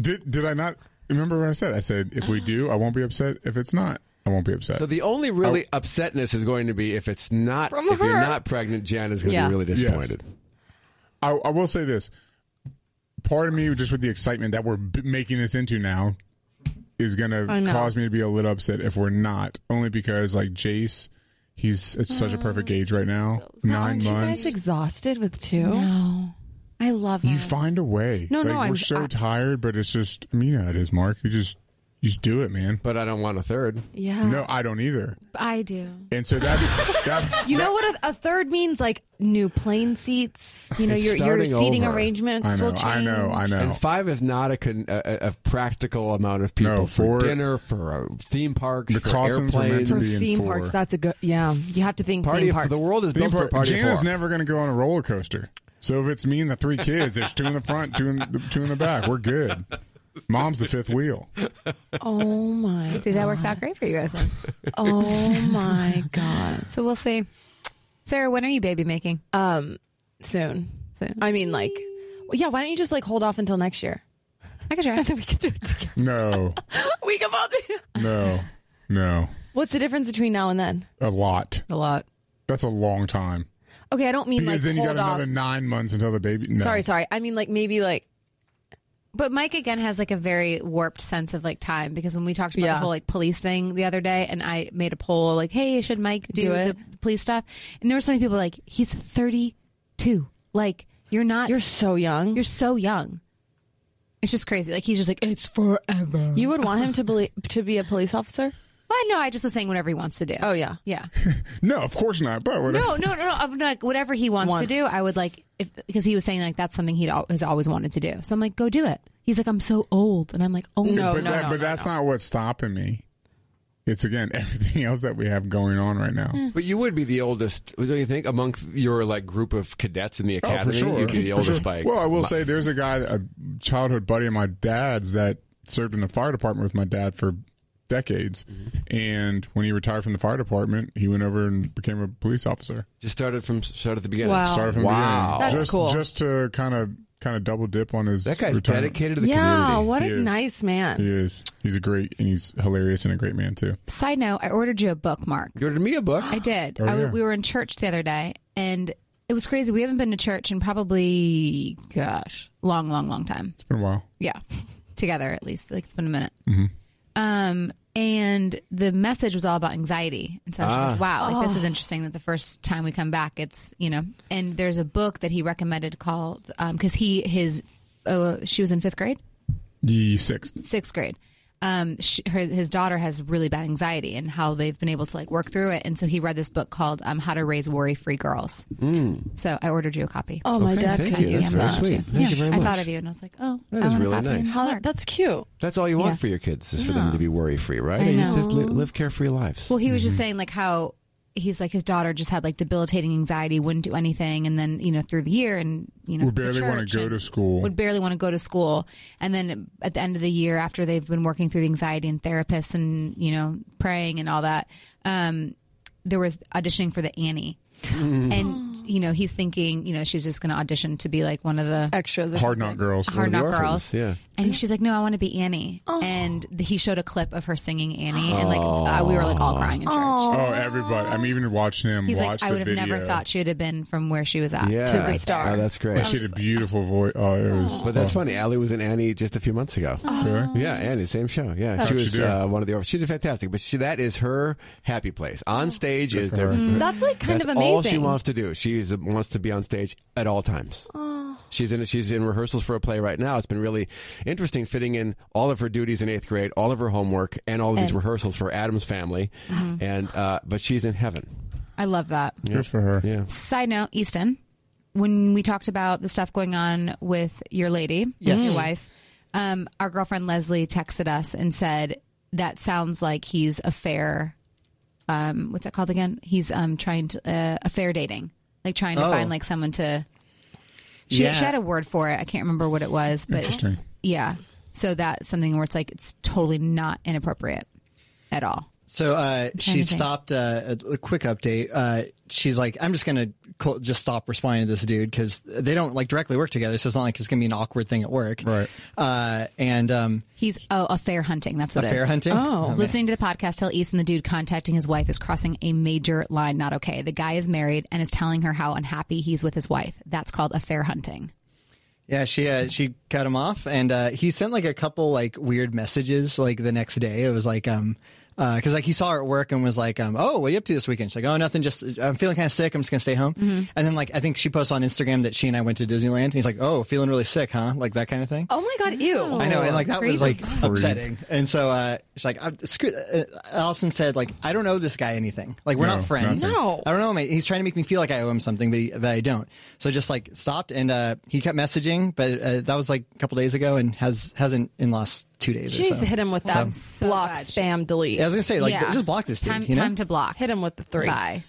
[SPEAKER 5] Did did I not remember what I said? I said if we do, I won't be upset. If it's not, I won't be upset.
[SPEAKER 6] So the only really
[SPEAKER 5] Oh.
[SPEAKER 6] upsetness is going to be if it's not,
[SPEAKER 4] From
[SPEAKER 6] if you're
[SPEAKER 4] her.
[SPEAKER 6] not pregnant, Jan is going to
[SPEAKER 4] Yeah.
[SPEAKER 6] be really disappointed.
[SPEAKER 5] I, I will say this. Part of me, just with the excitement that we're b- making this into now, is going to
[SPEAKER 4] I know.
[SPEAKER 5] cause me to be a little upset if we're not. Only because, like, Jace, he's at such a perfect age right now. Nine
[SPEAKER 4] Oh. Aren't you guys
[SPEAKER 5] months.
[SPEAKER 4] exhausted with two?
[SPEAKER 1] no, I love
[SPEAKER 5] you
[SPEAKER 1] him.
[SPEAKER 5] find a way.
[SPEAKER 4] No,
[SPEAKER 5] like,
[SPEAKER 4] no,
[SPEAKER 5] We're
[SPEAKER 4] I'm-
[SPEAKER 5] so
[SPEAKER 4] I-
[SPEAKER 5] tired, but it's just, I mean, you know how it is, Mark. You just, you just do it, man.
[SPEAKER 6] But I don't want a third.
[SPEAKER 4] Yeah.
[SPEAKER 5] no, I don't either.
[SPEAKER 1] I do.
[SPEAKER 5] And so that's, that's
[SPEAKER 4] You know what a, a third means? Like new plane seats. You know
[SPEAKER 6] It's
[SPEAKER 4] your your
[SPEAKER 6] starting
[SPEAKER 4] seating
[SPEAKER 6] over.
[SPEAKER 5] I
[SPEAKER 4] arrangements will
[SPEAKER 5] know,
[SPEAKER 4] change.
[SPEAKER 5] I know, I know.
[SPEAKER 6] And five is not a, con, a, a a practical amount of people
[SPEAKER 5] No,
[SPEAKER 6] for
[SPEAKER 5] four-
[SPEAKER 6] dinner, for uh, theme parks,
[SPEAKER 5] The
[SPEAKER 6] for
[SPEAKER 5] costumes were meant
[SPEAKER 6] airplanes.
[SPEAKER 5] to
[SPEAKER 4] For
[SPEAKER 5] be in
[SPEAKER 4] theme
[SPEAKER 5] four.
[SPEAKER 4] parks, that's a good. Yeah, you have to think
[SPEAKER 6] Party
[SPEAKER 4] theme
[SPEAKER 6] of,
[SPEAKER 4] parks.
[SPEAKER 6] the world is
[SPEAKER 5] Theme
[SPEAKER 6] built for a
[SPEAKER 5] park-
[SPEAKER 6] party of
[SPEAKER 5] Jana's
[SPEAKER 6] four.
[SPEAKER 5] never going to go on a roller coaster. So if it's me and the three kids, there's two in the front, two in the, two in the back. We're good. Mom's the fifth wheel.
[SPEAKER 4] Oh my.
[SPEAKER 1] See, that works out great for you guys. Then.
[SPEAKER 4] Oh my god.
[SPEAKER 1] So we'll see. Sarah, when are you baby making?
[SPEAKER 4] Um, soon.
[SPEAKER 1] Soon.
[SPEAKER 4] I mean, like, well, yeah. Why don't you just like hold off until next year?
[SPEAKER 1] I could try.
[SPEAKER 4] Then we can do it together.
[SPEAKER 5] No,
[SPEAKER 4] we can both.
[SPEAKER 5] no, no.
[SPEAKER 4] What's the difference between now and then?
[SPEAKER 5] A lot.
[SPEAKER 1] a lot.
[SPEAKER 5] That's a long time.
[SPEAKER 4] Okay, I don't mean
[SPEAKER 5] Because
[SPEAKER 4] like
[SPEAKER 5] then you
[SPEAKER 4] hold
[SPEAKER 5] got
[SPEAKER 4] off.
[SPEAKER 5] another nine months until the baby. No.
[SPEAKER 4] Sorry, sorry. I mean like maybe like
[SPEAKER 1] But Mike again has like a very warped sense of like time because when we talked about
[SPEAKER 4] Yeah.
[SPEAKER 1] the whole like police thing the other day, and I made a poll like, "Hey, should Mike do,
[SPEAKER 4] Do
[SPEAKER 1] the police stuff?" And there were so many people like, "He's thirty-two. Like, you're not.
[SPEAKER 4] you're so young.
[SPEAKER 1] you're so young." It's just crazy. Like he's just like it's forever.
[SPEAKER 4] you would want him to believe to be a police officer?
[SPEAKER 1] Well, no, I just was saying whatever he wants to do.
[SPEAKER 4] Oh yeah.
[SPEAKER 1] yeah.
[SPEAKER 5] No, of course not. But whatever.
[SPEAKER 1] No, no, no, no. I'm like whatever he wants
[SPEAKER 4] Wants.
[SPEAKER 1] to do, I would like if because he was saying like that's something he would has always wanted to do. So I'm like, go do it. He's like, I'm so old, and I'm like, oh
[SPEAKER 4] No,
[SPEAKER 5] but that,
[SPEAKER 4] no, no,
[SPEAKER 5] but that's not what's stopping me. It's again everything else that we have going on right now.
[SPEAKER 1] Mm.
[SPEAKER 6] But you would be the oldest, don't you think, among your like group of cadets in the
[SPEAKER 5] Oh,
[SPEAKER 6] academy?
[SPEAKER 5] for sure.
[SPEAKER 6] You'd be the
[SPEAKER 5] For
[SPEAKER 6] oldest
[SPEAKER 5] sure.
[SPEAKER 6] by.
[SPEAKER 5] Well, I will say there's a guy, a childhood buddy of my dad's that served in the fire department with my dad for decades.
[SPEAKER 6] Mm-hmm.
[SPEAKER 5] And when he retired from the fire department, he went over and became a police officer.
[SPEAKER 6] Just started from start at the beginning.
[SPEAKER 1] Wow.
[SPEAKER 5] Started from
[SPEAKER 6] Wow.
[SPEAKER 5] the beginning.
[SPEAKER 4] That's
[SPEAKER 5] just,
[SPEAKER 4] cool.
[SPEAKER 5] Just to kind of kind of double dip on his
[SPEAKER 6] That guy's
[SPEAKER 5] retirement.
[SPEAKER 6] dedicated to the
[SPEAKER 4] Yeah,
[SPEAKER 6] community.
[SPEAKER 4] what
[SPEAKER 5] He
[SPEAKER 4] a
[SPEAKER 5] is.
[SPEAKER 4] nice man.
[SPEAKER 5] He is. He's a great and he's hilarious and a great man too.
[SPEAKER 1] Side note, I ordered you a book, Mark.
[SPEAKER 6] You ordered me a book.
[SPEAKER 1] I did.
[SPEAKER 5] Oh,
[SPEAKER 1] I w
[SPEAKER 5] yeah.
[SPEAKER 1] we were in church the other day, and it was crazy. We haven't been to church in probably, gosh, long, long, long time.
[SPEAKER 5] It's been a while.
[SPEAKER 1] Yeah, together at least. Like it's been a minute. Um, and the message was all about anxiety, and so I was just like, "Wow, like this is interesting." That the first time we come back, it's you know, and there's a book that he recommended called because he his uh, she was in fifth grade
[SPEAKER 5] The sixth.
[SPEAKER 1] sixth grade. Um, sh her, his daughter has really bad anxiety and how they've been able to like work through it. And so he read this book called um, "How to Raise Worry-Free Girls." So I ordered you a copy.
[SPEAKER 4] Oh, my dad
[SPEAKER 6] Mm. thank
[SPEAKER 4] could
[SPEAKER 6] you.
[SPEAKER 4] use
[SPEAKER 6] That's very
[SPEAKER 4] that.
[SPEAKER 6] sweet. Thank
[SPEAKER 1] yeah,
[SPEAKER 6] you very
[SPEAKER 1] I
[SPEAKER 6] much.
[SPEAKER 1] thought of you and I was like, "Oh,
[SPEAKER 6] That
[SPEAKER 1] I
[SPEAKER 6] is
[SPEAKER 1] want
[SPEAKER 6] really
[SPEAKER 1] a copy.
[SPEAKER 6] nice.
[SPEAKER 1] And
[SPEAKER 4] How-
[SPEAKER 1] Mark.
[SPEAKER 4] that's cute.
[SPEAKER 6] That's all you want
[SPEAKER 1] Yeah.
[SPEAKER 6] for your kids is for them to be worry free, right?
[SPEAKER 1] I
[SPEAKER 6] You just- Just
[SPEAKER 1] know.
[SPEAKER 6] li- live carefree lives.
[SPEAKER 1] Well, he was just saying like how he's like his daughter just had like debilitating anxiety, wouldn't do anything, and then you know through the year and you know
[SPEAKER 5] Would barely
[SPEAKER 1] the
[SPEAKER 5] wanna
[SPEAKER 1] church
[SPEAKER 5] go
[SPEAKER 1] and
[SPEAKER 5] to school.
[SPEAKER 1] would barely want to go to school, and then at the end of the year after they've been working through the anxiety and therapists and you know
[SPEAKER 5] Mm-hmm.
[SPEAKER 10] Mm.
[SPEAKER 1] praying and all that, um, there was auditioning for the Annie, and you know, he's thinking, you know, she's just going to audition to be like one of the
[SPEAKER 4] Extras. or
[SPEAKER 5] Hard
[SPEAKER 4] something.
[SPEAKER 5] Knock Girls.
[SPEAKER 1] hard
[SPEAKER 6] the
[SPEAKER 1] knock
[SPEAKER 6] orphans,
[SPEAKER 1] girls.
[SPEAKER 6] yeah.
[SPEAKER 1] And she's like, no, I want to be Annie.
[SPEAKER 4] Oh.
[SPEAKER 1] And th- he showed a clip of her singing Annie, and like uh, we were like all crying in church.
[SPEAKER 5] Oh, everybody! I'm even watching him
[SPEAKER 1] He's like,
[SPEAKER 5] watch
[SPEAKER 1] I
[SPEAKER 5] the
[SPEAKER 1] would have
[SPEAKER 5] video.
[SPEAKER 1] never thought she would have been from where she was at.
[SPEAKER 6] Yeah.
[SPEAKER 4] uh, the star.
[SPEAKER 6] Oh, that's great.
[SPEAKER 5] But she had a beautiful voice. Oh, it was.
[SPEAKER 6] But that's funny. Allie was in Annie just a few months ago.
[SPEAKER 4] Oh.
[SPEAKER 5] Sure.
[SPEAKER 6] Yeah, Annie, same show. Yeah, she
[SPEAKER 5] How'd she
[SPEAKER 6] was
[SPEAKER 5] do?
[SPEAKER 6] uh, one of the. She did fantastic, but she that is her happy place. On stage is
[SPEAKER 5] for
[SPEAKER 6] there.
[SPEAKER 5] her.
[SPEAKER 4] Oh. Mm, That's like kind
[SPEAKER 6] that's
[SPEAKER 4] of amazing.
[SPEAKER 6] all she wants to do. She is, wants to be on stage at all times.
[SPEAKER 4] Oh.
[SPEAKER 6] She's in she's in rehearsals for a play right now. It's been really interesting fitting in all of her duties in eighth grade, all of her homework, and all of these rehearsals for Adam's family.
[SPEAKER 4] Uh-huh.
[SPEAKER 6] And uh, but she's in heaven.
[SPEAKER 1] I love that.
[SPEAKER 5] Good for her.
[SPEAKER 6] Yeah.
[SPEAKER 1] Side note, Easton, when we talked about the stuff going on with your lady, your wife, um, our girlfriend Leslie texted us and said that sounds like he's a fair. Um, what's that called again? He's um trying to uh, a fair dating, like trying to find like someone to. She,
[SPEAKER 6] Oh. Yeah.
[SPEAKER 1] she had a word for it. I can't remember what it was, but
[SPEAKER 5] Interesting.
[SPEAKER 1] yeah. So that's something where it's like it's totally not inappropriate at all.
[SPEAKER 11] So uh,
[SPEAKER 1] to
[SPEAKER 11] she
[SPEAKER 1] think.
[SPEAKER 11] stopped. Uh, a, a quick update. Uh, she's like, I'm just gonna co- just stop responding to this dude because they don't like directly work together. So it's not like it's gonna be an awkward thing at work.
[SPEAKER 5] Right.
[SPEAKER 11] Uh, and um,
[SPEAKER 1] He's oh a fair hunting. That's what it is.
[SPEAKER 11] fair hunting.
[SPEAKER 4] Oh.
[SPEAKER 1] Listening to the podcast, tell Easton the dude contacting his wife is crossing a major line. Not okay. The guy is married and is telling her how unhappy he's with his wife. That's called a fair hunting.
[SPEAKER 11] Yeah, she uh, she cut him off, and uh, he sent like a couple like weird messages like the next day. It was like um. Because like he saw her at work and was like, um, "Oh, what are you up to this weekend?" She's like, "Oh, nothing. Just I'm feeling kind of sick. I'm just gonna stay home."
[SPEAKER 12] Mm-hmm.
[SPEAKER 11] And then like I think she posts on Instagram that she and I went to Disneyland. And he's like, "Oh, feeling really sick, huh?" Like that kind of thing.
[SPEAKER 4] Oh my god, ew.
[SPEAKER 11] I know, and like that was like
[SPEAKER 1] Creepy.
[SPEAKER 11] upsetting. And so uh, she's like, I'm, "Screw." Uh, Allison said, "Like I don't owe this guy anything. Like we're
[SPEAKER 5] No,
[SPEAKER 11] not friends.
[SPEAKER 5] nothing.
[SPEAKER 4] No.
[SPEAKER 11] I don't know. Mate. He's trying to make me feel like I owe him something, but, he, but I don't. So just like stopped, and uh, he kept messaging, but uh, that was like a couple days ago, and has hasn't in the last two days.
[SPEAKER 4] She
[SPEAKER 11] or
[SPEAKER 4] needs
[SPEAKER 11] so.
[SPEAKER 4] to hit him with that
[SPEAKER 1] so
[SPEAKER 4] block,
[SPEAKER 1] glad she-
[SPEAKER 4] spam, delete.
[SPEAKER 11] Yeah, I was gonna say like just block this dude.
[SPEAKER 1] Time,
[SPEAKER 11] you know?
[SPEAKER 1] time to block.
[SPEAKER 4] hit him with the three.
[SPEAKER 1] Bye.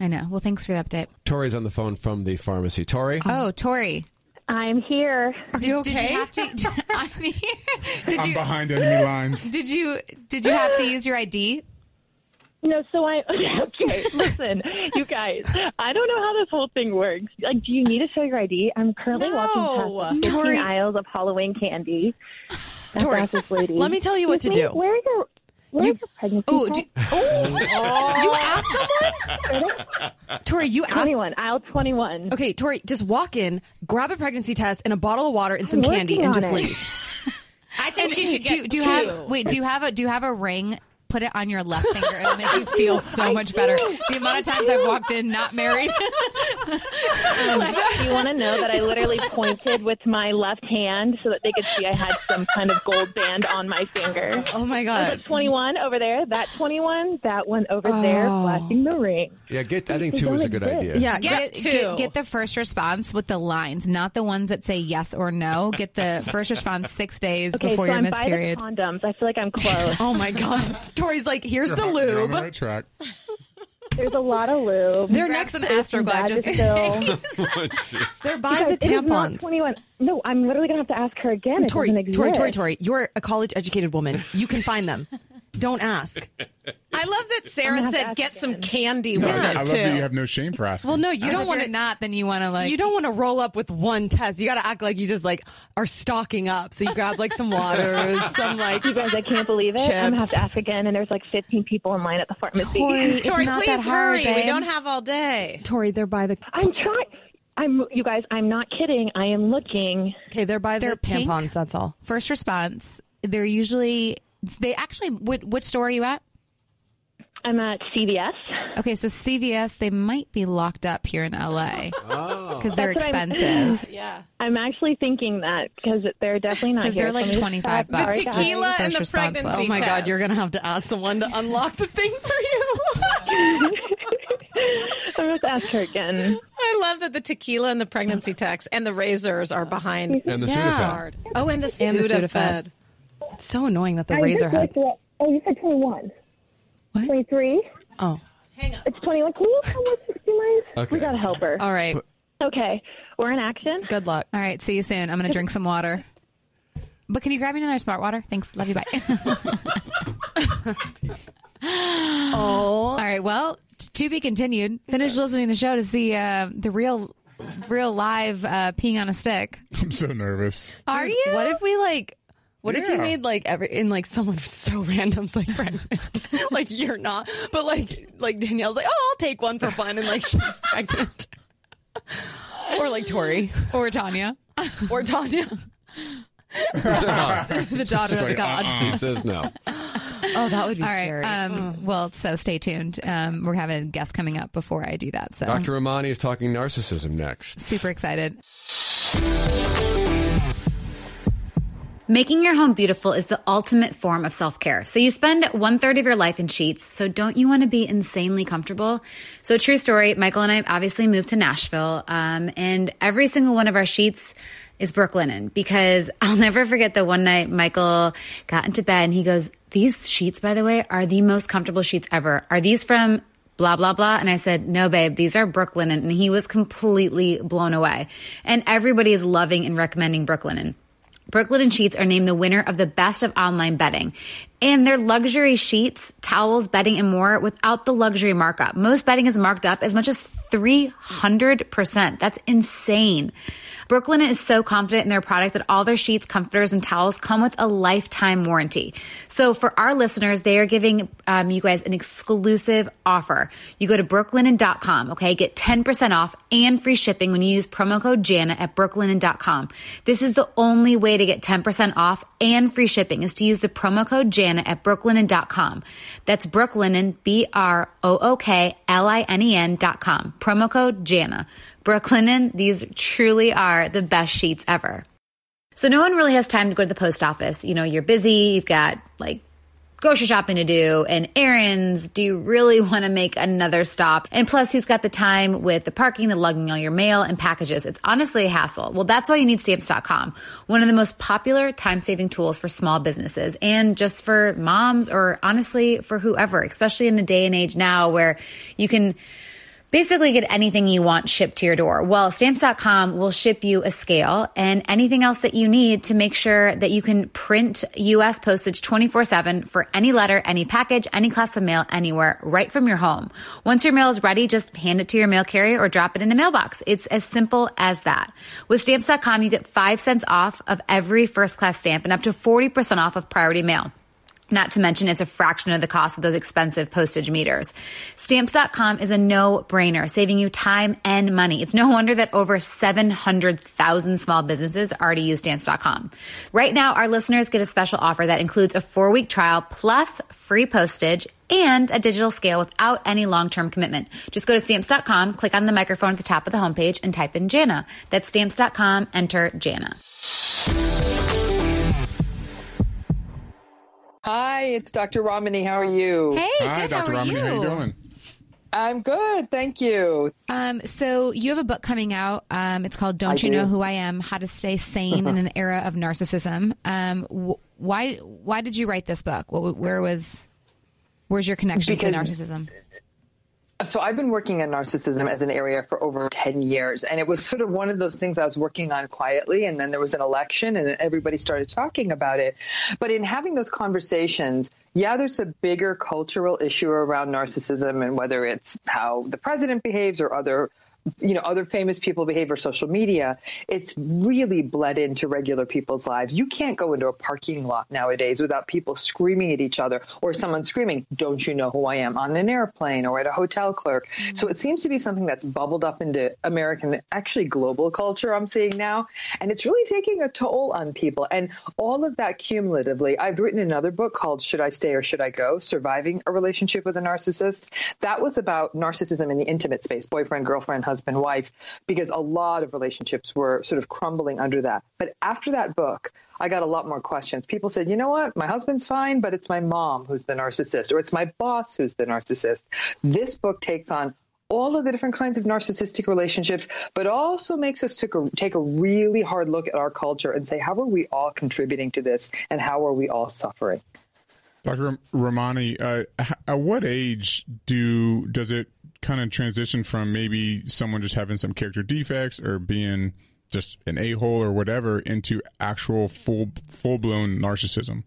[SPEAKER 1] I know. Well, thanks for the update.
[SPEAKER 6] Tori's on the phone from the pharmacy. Tori,
[SPEAKER 1] Oh, Tori,
[SPEAKER 8] I'm here.
[SPEAKER 4] Um, Are you okay?
[SPEAKER 1] did you have to? I mean, did
[SPEAKER 5] I'm
[SPEAKER 1] you
[SPEAKER 5] behind enemy lines.
[SPEAKER 1] did you did you have to use your ID?
[SPEAKER 8] No, so I okay. Listen, you guys, I don't know how this whole thing works. Like, do you need to show your ID? I'm currently
[SPEAKER 4] No.
[SPEAKER 8] walking past
[SPEAKER 4] Tori.
[SPEAKER 8] fifteen aisles of Halloween candy.
[SPEAKER 4] Tori,
[SPEAKER 8] That's this lady.
[SPEAKER 4] let me tell you what to
[SPEAKER 8] Excuse me,
[SPEAKER 4] do.
[SPEAKER 8] Where are your where
[SPEAKER 4] You-
[SPEAKER 8] you, your pregnancy?
[SPEAKER 4] Oh,
[SPEAKER 8] tests?
[SPEAKER 4] do, oh, you asked someone? Tori, you asked.
[SPEAKER 8] 21, aisle 21.
[SPEAKER 4] Okay, Tori, just walk in, grab a pregnancy test and a bottle of water and some candy,
[SPEAKER 8] working
[SPEAKER 4] and
[SPEAKER 8] on
[SPEAKER 4] just
[SPEAKER 8] it.
[SPEAKER 4] leave.
[SPEAKER 7] I think she should
[SPEAKER 1] Do,
[SPEAKER 7] get
[SPEAKER 1] do you
[SPEAKER 7] two.
[SPEAKER 1] have wait? Do you have a do you have a ring? Put it on your left finger. It'll make you feel so much better. The amount of times I've walked in not married.
[SPEAKER 8] Um, Do you want to know that I literally pointed with my left hand so that they could see I had some kind of gold band on my finger?
[SPEAKER 4] Oh my god.
[SPEAKER 8] 21 over there, that 21, that one over there,
[SPEAKER 4] Oh.
[SPEAKER 8] flashing the ring.
[SPEAKER 6] yeah, get. I think two is a good idea.
[SPEAKER 4] Yeah,
[SPEAKER 7] Yes,
[SPEAKER 4] get-
[SPEAKER 7] too.
[SPEAKER 1] Get, get the first response with the lines, not the ones that say yes or no. Get the first response six days
[SPEAKER 8] Okay,
[SPEAKER 1] before
[SPEAKER 8] so
[SPEAKER 1] your
[SPEAKER 8] I'm
[SPEAKER 1] miss
[SPEAKER 8] by
[SPEAKER 1] period.
[SPEAKER 8] the condoms. I feel like I'm close.
[SPEAKER 4] Oh my god. Tori's like, here's the
[SPEAKER 5] You're
[SPEAKER 4] lube.
[SPEAKER 5] on the right track.
[SPEAKER 8] There's a lot of lube.
[SPEAKER 4] They're
[SPEAKER 1] Grab
[SPEAKER 4] next
[SPEAKER 1] some
[SPEAKER 4] to
[SPEAKER 1] Astroglide
[SPEAKER 8] That
[SPEAKER 1] just
[SPEAKER 8] is
[SPEAKER 1] in
[SPEAKER 8] still-
[SPEAKER 1] case.
[SPEAKER 4] They're by the
[SPEAKER 8] It is not
[SPEAKER 4] tampons.
[SPEAKER 8] 21. No, I'm literally gonna have to ask her again. It
[SPEAKER 4] Tori,
[SPEAKER 8] doesn't exist.
[SPEAKER 4] Tori, Tori, Tori, you're a college educated woman. You can find them. Don't ask.
[SPEAKER 7] I love that Sarah said get some candy with
[SPEAKER 5] I
[SPEAKER 7] it
[SPEAKER 5] love
[SPEAKER 7] too.
[SPEAKER 5] that you have no shame for asking.
[SPEAKER 4] Well, no, you don't
[SPEAKER 1] If
[SPEAKER 4] want
[SPEAKER 1] you're
[SPEAKER 4] to
[SPEAKER 1] not, then you want to like.
[SPEAKER 4] you don't want to roll up with one test. You got to act like you just like are stocking up. So you grab like some waters, some like
[SPEAKER 8] You guys, I can't believe it. I'm gonna have
[SPEAKER 4] Chips.
[SPEAKER 8] to ask again. And there's like 15 people in line at the pharmacy.
[SPEAKER 7] Tori,
[SPEAKER 1] Tori, it's not
[SPEAKER 7] please
[SPEAKER 1] that hard.
[SPEAKER 7] hurry.
[SPEAKER 1] babe.
[SPEAKER 7] We don't have all day.
[SPEAKER 4] Tori. They're by the
[SPEAKER 8] I'm trying. I'm. You guys, I'm not kidding. I am looking.
[SPEAKER 4] okay. They're by
[SPEAKER 1] They're
[SPEAKER 4] the
[SPEAKER 1] pink.
[SPEAKER 4] tampons. That's all.
[SPEAKER 1] first response. They're usually they actually. Which, which store are you at?
[SPEAKER 8] I'm at CVS.
[SPEAKER 1] Okay, so CVS. They might be locked up here in LA
[SPEAKER 6] Oh.
[SPEAKER 1] because they're
[SPEAKER 8] That's what I'm-
[SPEAKER 1] expensive.
[SPEAKER 7] Oh. Yeah.
[SPEAKER 8] I'm actually thinking that because they're definitely not.
[SPEAKER 1] Because
[SPEAKER 8] here.
[SPEAKER 1] they're
[SPEAKER 8] So
[SPEAKER 1] like
[SPEAKER 8] let me just
[SPEAKER 1] twenty five
[SPEAKER 8] stop.
[SPEAKER 1] bucks.
[SPEAKER 8] Sorry, guys.
[SPEAKER 7] Tequila and
[SPEAKER 1] First
[SPEAKER 7] the
[SPEAKER 1] response was-
[SPEAKER 7] pregnancy
[SPEAKER 4] Oh my
[SPEAKER 7] test.
[SPEAKER 4] god, you're gonna have to ask someone to unlock the thing for you.
[SPEAKER 8] I'm going to ask her again.
[SPEAKER 7] I love that the tequila and the pregnancy tax and the razors are behind.
[SPEAKER 6] And the Sudafed.
[SPEAKER 7] Hard. Oh, and the
[SPEAKER 4] And the
[SPEAKER 7] Sudafed.
[SPEAKER 4] it's so annoying that the razor heads.
[SPEAKER 8] Oh, you said 21.
[SPEAKER 1] What?
[SPEAKER 8] 23?
[SPEAKER 4] Oh,
[SPEAKER 8] It's 21. Can you come with me, please?
[SPEAKER 6] Okay.
[SPEAKER 8] We got to help her.
[SPEAKER 4] all right.
[SPEAKER 8] Okay. We're in action.
[SPEAKER 4] Good luck.
[SPEAKER 1] All right, see you soon. I'm gonna drink some water. But can you grab me another smart water? Thanks. Love you. Bye.
[SPEAKER 13] oh. All right. Well, t- to be continued. Finish listening to the show to see uh, the real, real live uh, peeing on a stick.
[SPEAKER 5] I'm so nervous.
[SPEAKER 13] Are you?
[SPEAKER 4] What if we like? What if you
[SPEAKER 5] Yeah.
[SPEAKER 4] made like every and like someone so random's like pregnant, like you're not, but like like Danielle's like, oh, I'll take one for fun, and like she's pregnant, or like Tori
[SPEAKER 13] Or Tanya,
[SPEAKER 4] or Tanya.
[SPEAKER 13] the daughter
[SPEAKER 5] She's
[SPEAKER 13] of
[SPEAKER 5] like,
[SPEAKER 13] God.
[SPEAKER 5] uh-uh.
[SPEAKER 6] uh, He says no.
[SPEAKER 4] Oh, that would be
[SPEAKER 13] All right.
[SPEAKER 4] scary. Mm.
[SPEAKER 13] Um, Well, so stay tuned. Um, we're having a guest coming up before I do that. So
[SPEAKER 6] Dr. Romani is talking narcissism next.
[SPEAKER 13] super excited.
[SPEAKER 1] Making your home beautiful is the ultimate form of self care. So you spend one third of your life in sheets. So don't you want to be insanely comfortable? So true story. Michael and I obviously moved to Nashville, um, and every single one of our sheets is Brooke linen because I'll never forget the one night Michael got into bed and he goes, "These sheets, by the way, are the most comfortable sheets ever. Are these from?" blah blah blah and i said no babe these are brooklinen and he was completely blown away and everybody is loving and recommending brooklinen Brooklyn and Sheets are named the winner of the best of online bedding. And their luxury sheets, towels, bedding, and more without the luxury markup. Most bedding is marked up as much as 300%. That's insane. Brooklyn is so confident in their product that all their sheets, comforters, and towels come with a lifetime warranty. So for our listeners, they are giving um, you guys an exclusive offer. You go to brooklinen.com, okay? Get 10% off and free shipping when you use promo code Jana at brooklinen.com. This is the only way to get 10% off and free shipping is to use the promo code Jana at brooklinen.com. That's brooklinen, B R O O K L I N E N.com. Promo code Jana. Brooklinen, these truly are the best sheets ever. So no one really has time to go to the post office. You know, you're busy, you've got like grocery shopping to do and errands. Do you really want to make another stop? And plus, who's got the time with the parking, the lugging all your mail and packages? It's honestly a hassle. Well, that's why you need stamps.com, one of the most popular time saving tools for small businesses and just for moms or honestly for whoever, especially in a day and age now where you can basically get anything you want shipped to your door. Well, stamps.com will ship you a scale and anything else that you need to make sure that you can print US postage 24/7 for any letter, any package, any class of mail anywhere right from your home. Once your mail is ready, just hand it to your mail carrier or drop it in the mailbox. It's as simple as that. With stamps.com, you get 5 cents off of every first class stamp and up to 40% off of priority mail. Not to mention, it's a fraction of the cost of those expensive postage meters. Stamps.com is a no brainer, saving you time and money. It's no wonder that over 700,000 small businesses already use Stamps.com. Right now, our listeners get a special offer that includes a four week trial plus free postage and a digital scale without any long term commitment. Just go to Stamps.com, click on the microphone at the top of the homepage, and type in Jana. That's Stamps.com, enter Jana.
[SPEAKER 12] Hi, it's Dr. Romney. How are you?
[SPEAKER 13] Hey,
[SPEAKER 5] Hi,
[SPEAKER 13] good, How
[SPEAKER 5] Dr.
[SPEAKER 13] are
[SPEAKER 5] Romney.
[SPEAKER 13] you?
[SPEAKER 5] How you doing?
[SPEAKER 12] I'm good. Thank you.
[SPEAKER 13] Um, so you have a book coming out. Um, it's called "Don't
[SPEAKER 12] I
[SPEAKER 13] You Know
[SPEAKER 12] do.
[SPEAKER 13] Who I Am: How to Stay Sane in an Era of Narcissism." Um, wh- why why did you write this book? What, where was where's your connection to
[SPEAKER 12] Because-
[SPEAKER 13] narcissism?
[SPEAKER 12] So I've been working on narcissism as an area for over 10 years and it was sort of one of those things I was working on quietly and then there was an election and everybody started talking about it. But in having those conversations, yeah, there's a bigger cultural issue around narcissism and whether it's how the president behaves or other you know other famous people behave or social media it's really bled into regular people's lives you can't go into a parking lot nowadays without people screaming at each other or someone screaming don't you know who i am on an airplane or at a hotel clerk so it seems to be something that's bubbled up into american actually global culture i'm seeing now and it's really taking a toll on people and all of that cumulatively i've written another book called should i stay or should i go surviving a relationship with a narcissist that was about narcissism in the intimate space boyfriend girlfriend husband wife because a lot of relationships were sort of crumbling under that but after that book i got a lot more questions people said you know what my husband's fine but it's my mom who's the narcissist or it's my boss who's the narcissist this book takes on all of the different kinds of narcissistic relationships, but also makes us take a, take a really hard look at our culture and say, how are we all contributing to this and how are we all suffering?
[SPEAKER 5] Dr. Romani, uh, h- at what age do does it kind of transition from maybe someone just having some character defects or being just an a hole or whatever into actual full full blown narcissism?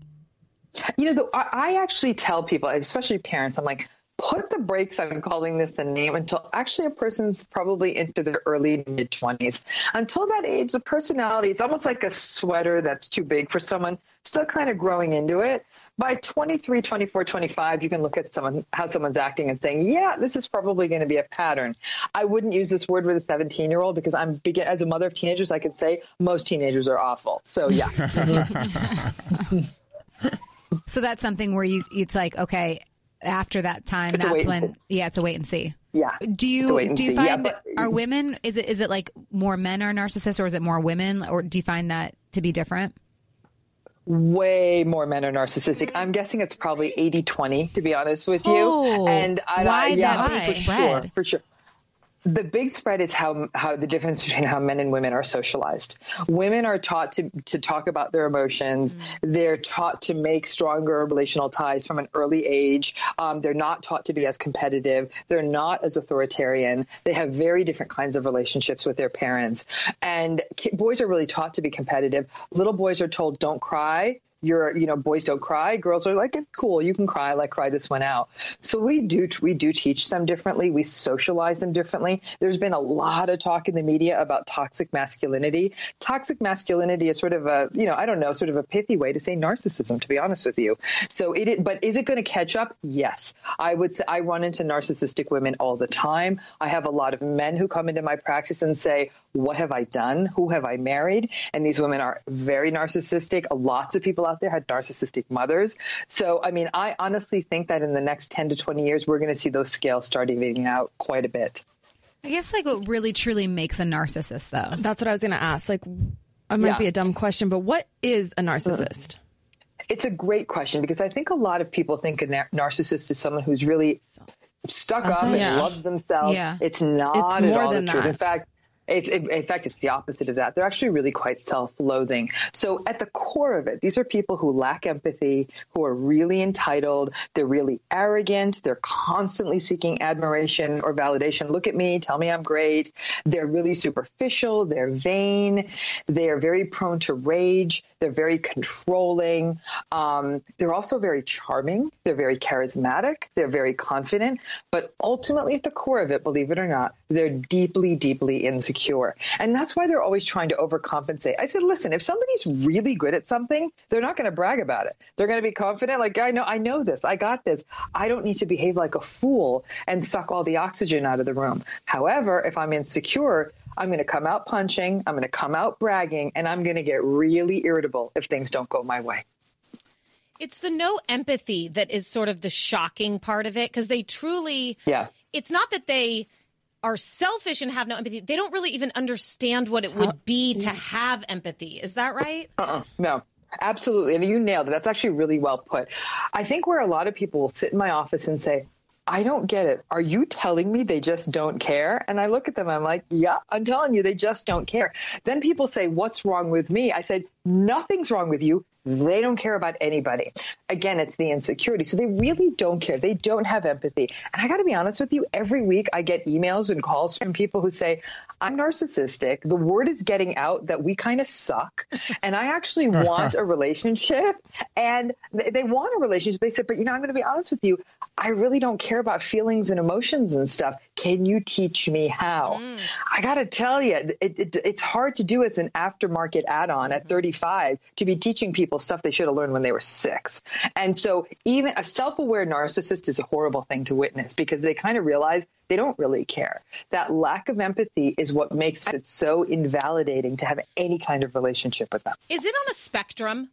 [SPEAKER 12] You know, though, I, I actually tell people, especially parents, I'm like, put the brakes on calling this a name until actually a person's probably into their early mid 20s. Until that age, the personality, it's almost like a sweater that's too big for someone, still kind of growing into it. By 23, 24, 25, you can look at someone how someone's acting and saying, "Yeah, this is probably going to be a pattern." I wouldn't use this word with a 17-year-old because I'm begin- as a mother of teenagers, I can say most teenagers are awful. So, yeah.
[SPEAKER 1] So that's something where you it's like okay, after that time,
[SPEAKER 12] It's a
[SPEAKER 1] that's
[SPEAKER 12] wait and
[SPEAKER 1] when yeah, it's a wait and see.
[SPEAKER 12] Yeah.
[SPEAKER 1] Do you
[SPEAKER 12] It's a wait and
[SPEAKER 1] do you
[SPEAKER 12] see.
[SPEAKER 1] find
[SPEAKER 12] Yeah,
[SPEAKER 1] that
[SPEAKER 12] but-
[SPEAKER 1] are women is it is it like more men are narcissists or is it more women or do you find that to be different?
[SPEAKER 12] way more men are narcissistic. I'm guessing it's probably 80 20, to be honest with you.
[SPEAKER 1] Oh,
[SPEAKER 12] and I,
[SPEAKER 1] why
[SPEAKER 12] I yeah,
[SPEAKER 1] that big
[SPEAKER 12] for
[SPEAKER 1] spread?
[SPEAKER 12] sure, for sure. The big spread is how how the difference between how men and women are socialized. Women are taught to to talk about their emotions.
[SPEAKER 1] Mm.
[SPEAKER 12] They're taught to make stronger relational ties from an early age. Um, they're not taught to be as competitive. They're not as authoritarian. They have very different kinds of relationships with their parents. And ki- boys are really taught to be competitive. Little boys are told, "Don't cry." you're you know boys don't cry girls are like it's cool you can cry like cry this one out so we do we do teach them differently we socialize them differently there's been a lot of talk in the media about toxic masculinity toxic masculinity is sort of a you know i don't know sort of a pithy way to say narcissism to be honest with you so it is, but is it going to catch up yes i would say i run into narcissistic women all the time i have a lot of men who come into my practice and say what have i done who have i married and these women are very narcissistic lots of people out there had narcissistic mothers so i mean i honestly think that in the next 10 to 20 years we're going to see those scales start evening out quite a bit
[SPEAKER 1] I guess like what really truly makes a narcissist though.
[SPEAKER 4] That's what I was going to ask. Like, it might
[SPEAKER 12] Yeah.
[SPEAKER 4] be a dumb question, but what is a narcissist?
[SPEAKER 12] It's a great question because I think a lot of people think a nar- narcissist is someone who's really stuck up and
[SPEAKER 4] Yeah.
[SPEAKER 12] loves themselves.
[SPEAKER 4] Yeah.
[SPEAKER 12] It's not
[SPEAKER 4] It's
[SPEAKER 12] at
[SPEAKER 4] more
[SPEAKER 12] all
[SPEAKER 4] than
[SPEAKER 12] the truth.
[SPEAKER 4] that.
[SPEAKER 12] In fact, it's in in fact, it's the opposite of that. They're actually really quite self-loathing. So at the core of it, these are people who lack empathy, who are really entitled. They're really arrogant. They're constantly seeking admiration or validation. Look at me. Tell me I'm great. They're really superficial. They're vain. They are very prone to rage. They're very controlling. Um, they're also very charming. They're very charismatic. They're very confident. But ultimately, at the core of it, believe it or not, they're deeply, deeply insecure. And that's why they're always trying to overcompensate. I said, listen, if somebody's really good at something, they're not going to brag about it. They're going to be confident, like, I know, I know this. I got this. I don't need to behave like a fool and suck all the oxygen out of the room. However, if I'm insecure, I'm going to come out punching, I'm going to come out bragging, and I'm going to get really irritable if things don't go my way.
[SPEAKER 14] It's the no empathy that is sort of the shocking part of it because they truly,
[SPEAKER 12] Yeah.
[SPEAKER 14] it's not that they are selfish and have no empathy. They don't really even understand what it would be to have empathy. Is that right?
[SPEAKER 12] Uh-uh. No. Absolutely. And you nailed it. That's actually really well put. I think where a lot of people will sit in my office and say, I don't get it. Are you telling me they just don't care? And I look at them, I'm like, yeah, I'm telling you, they just don't care. Then people say, What's wrong with me? I said, Nothing's wrong with you. They don't care about anybody. Again, it's the insecurity. So they really don't care. They don't have empathy. And I got to be honest with you, every week I get emails and calls from people who say, I'm narcissistic. The word is getting out that we kind of suck. And I actually want a relationship. And they, they want a relationship. They said, but you know, I'm going to be honest with you. I really don't care about feelings and emotions and stuff. Can you teach me how? I got to tell you, it, it, it's hard to do as an aftermarket add on at 35 to be teaching people stuff they should have learned when they were six. And so, even a self aware narcissist is a horrible thing to witness because they kind of realize they don't really care. That lack of empathy is what makes it so invalidating to have any kind of relationship with them.
[SPEAKER 14] Is it on a spectrum?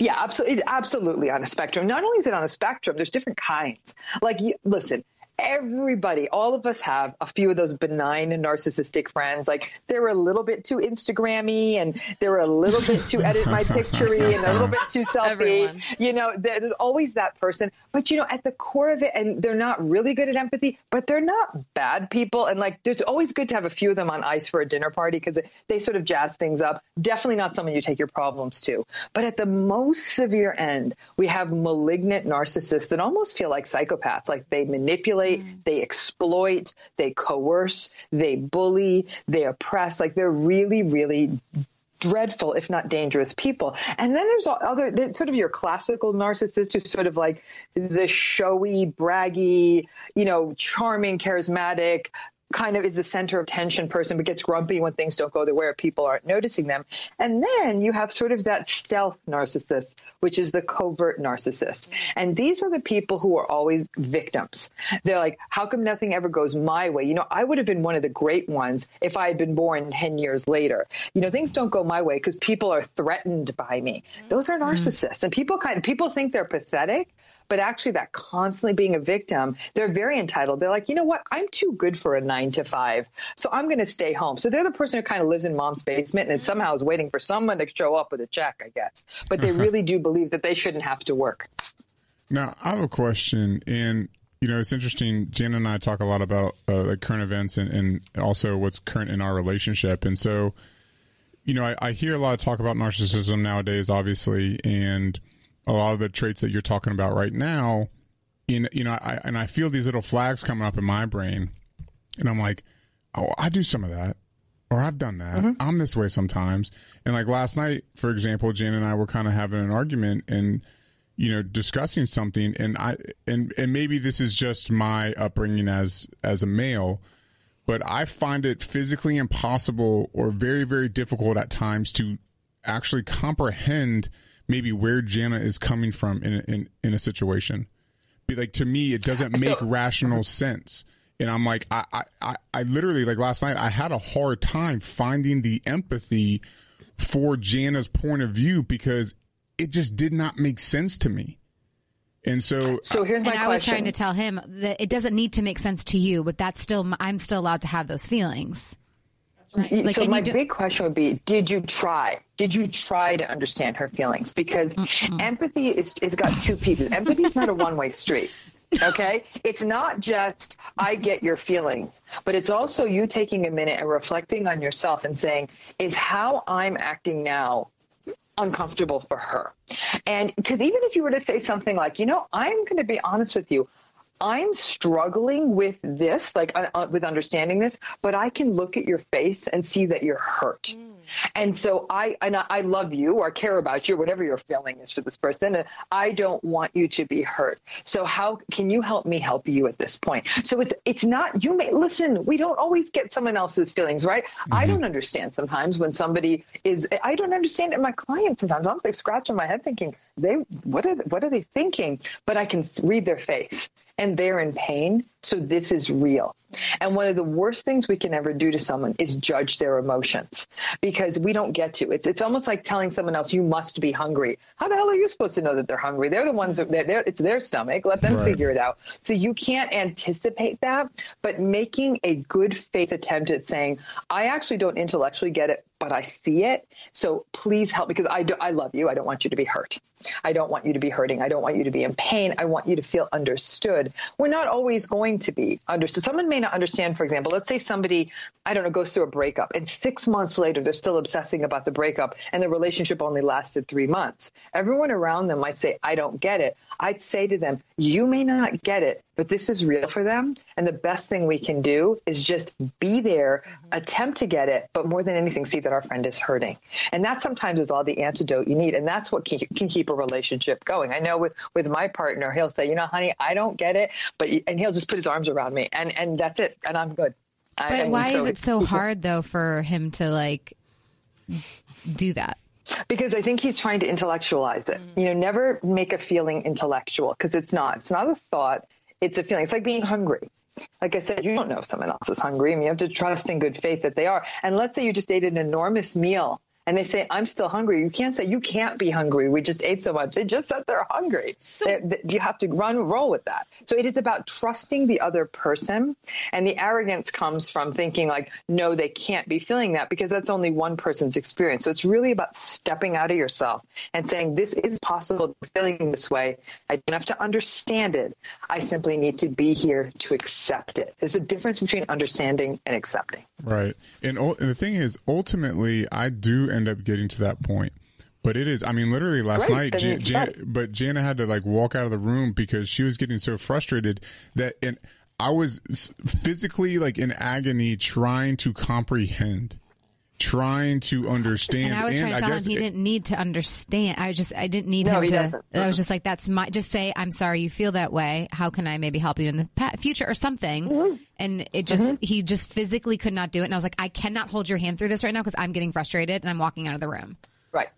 [SPEAKER 12] yeah, absolutely. It's absolutely on a spectrum. Not only is it on a spectrum, there's different kinds. Like, you, listen, everybody, all of us have a few of those benign narcissistic friends. Like, they're a little bit too Instagrammy, and they're a little bit too edit my picturey, and a little bit too selfie. You know, there- there's always that person. But you know, at the core of it, and they're not really good at empathy, but they're not bad people. And like, there's always good to have a few of them on ice for a dinner party because they sort of jazz things up. Definitely not someone you take your problems to. But at the most severe end, we have malignant narcissists that almost feel like psychopaths. Like they manipulate, they exploit, they coerce, they bully, they oppress. Like they're really, really dreadful, if not dangerous people. And then there's all other the- sort of your classical narcissist who's sort of like the showy, braggy, you know, charming, charismatic, kind of is the center of attention person but gets grumpy when things don't go the way or people aren't noticing them and then you have sort of that stealth narcissist which is the covert narcissist and these are the people who are always victims they're like how come nothing ever goes my way you know i would have been one of the great ones if i had been born 10 years later you know things don't go my way because people are threatened by me those are narcissists and people kind people think they're pathetic but actually that constantly being a victim they're very entitled they're like you know what i'm too good for a nine to five so i'm going to stay home so they're the person who kind of lives in mom's basement and somehow is waiting for someone to show up with a check i guess but they really do believe that they shouldn't have to work
[SPEAKER 5] Now, I have a question, and you know, it's interesting. Jan and I talk a lot about uh, like current events and, and also what's current in our relationship, and so you know, I, I hear a lot of talk about narcissism nowadays, obviously, and a lot of the traits that you're talking about right now. In you know, I and I feel these little flags coming up in my brain, and I'm like, oh, I do some of that, or I've done that. I'm this way sometimes. And like last night, for example, Jan and I were kind of having an argument, and you know discussing something and i and and maybe this is just my upbringing as as a male but i find it physically impossible or very very difficult at times to actually comprehend maybe where jana is coming from in a- in, in a situation Be like to me it doesn't make rational sense and i'm like I, I i i literally like last night i had a hard time finding the empathy for jana's point of view because it just did not make sense to me and so
[SPEAKER 12] so here's
[SPEAKER 15] and I was trying to tell him that it doesn't need to make sense to you, but that's still my, I'm still allowed to have those feelings.
[SPEAKER 12] Y-
[SPEAKER 15] Like,
[SPEAKER 12] Mm-hmm. so
[SPEAKER 15] and you
[SPEAKER 12] my
[SPEAKER 15] do-
[SPEAKER 12] big question would be did you try did you try to understand her feelings because empathy is is got two pieces empathy is not a one way street okay it's not just i get your feelings but it's also you taking a minute and reflecting on yourself and saying is how i'm acting now uncomfortable for her and because even if you were to say something like you know i'm going to be honest with you I'm struggling with this, like uh, uh, with understanding this, but I can look at your face and see that you're hurt. And so I and I- I love you or care about you, or whatever your feeling is for this person. And I don't want you to be hurt. So how can you help me help you at this point? So it's it's not you may listen. We don't always get someone else's feelings right. I don't understand sometimes when somebody is. I don't understand it. My clients sometimes I'm like scratching my head thinking they what are what are they thinking? But I can read their face and they're in pain. So this is real. And one of the worst things we can ever do to someone is judge their emotions because we don't get to. It's it's almost like telling someone else you must be hungry. How the hell are you supposed to know that they're hungry? They're the ones that they're, they're- it's their stomach. Let them
[SPEAKER 16] Right.
[SPEAKER 12] figure it out. So you can't anticipate that, but making a good faith attempt at saying, I actually don't intellectually get it, but I see it. So please help because I do, I love you. I don't want you to be hurt. I don't want you to be hurting. I don't want you to be in pain. I want you to feel understood. We're not always going to be understood. Someone may not understand, for example, let's say somebody, I don't know, goes through a breakup and six months later they're still obsessing about the breakup and the relationship only lasted three months. Everyone around them might say, I don't get it. I'd say to them, You may not get it, but this is real for them. And the best thing we can do is just be there, attempt to get it, but more than anything, see that our friend is hurting. And that sometimes is all the antidote you need. And that's what can, can keep a relationship going. I know with, with my partner, he'll say, You know, honey, I don't get it, but, and he'll just put his arms around me, and, and that's it. And I'm good. I-
[SPEAKER 15] But
[SPEAKER 12] I mean,
[SPEAKER 15] why
[SPEAKER 12] so
[SPEAKER 15] is it
[SPEAKER 12] it's-
[SPEAKER 15] so hard though for him to like do that?
[SPEAKER 12] because I think he's trying to intellectualize it. You know, never make a feeling intellectual because it's not. It's not a thought. It's a feeling. It's like being hungry. Like I said, you don't know if someone else is hungry, and you have to trust in good faith that they are. And let's say you just ate an enormous meal, and they say, "I'm still hungry." You can't say you can't be hungry. We just ate so much. They just said they're hungry. They- they- you have to run roll with that. So it is about trusting the other person, and the arrogance comes from thinking like, "No, they can't be feeling that," because that's only one person's experience. So it's really about stepping out of yourself and saying, "This is possible. Feeling this way. I don't have to understand it. I simply need to be here to accept it." There's a difference between understanding and accepting.
[SPEAKER 5] Right. And, ul- and the thing is, ultimately, I do end up getting to that point. But it is, I mean, literally last
[SPEAKER 17] Great,
[SPEAKER 5] night,
[SPEAKER 17] then
[SPEAKER 5] Jan,
[SPEAKER 17] it's
[SPEAKER 5] Jan,
[SPEAKER 17] better.
[SPEAKER 5] but Jana had to like walk out of the room because she was getting so frustrated that, and I was s- physically like in agony trying to comprehend. trying to understand.
[SPEAKER 1] And I was trying to tell him
[SPEAKER 5] guess
[SPEAKER 1] he
[SPEAKER 5] it-
[SPEAKER 1] didn't need to understand. I just I didn't need
[SPEAKER 5] No,
[SPEAKER 1] him
[SPEAKER 5] he
[SPEAKER 1] to.
[SPEAKER 5] doesn't.
[SPEAKER 1] I was just like, that's my. Just say, I'm sorry you feel that way. How can I maybe help you in the pa- future or something?
[SPEAKER 12] Mm-hmm.
[SPEAKER 1] And it just
[SPEAKER 16] Mhm.
[SPEAKER 1] he just physically could not do it. And I was like, I cannot hold your hand through this right now because I'm getting frustrated and I'm walking out of the room.
[SPEAKER 12] Right.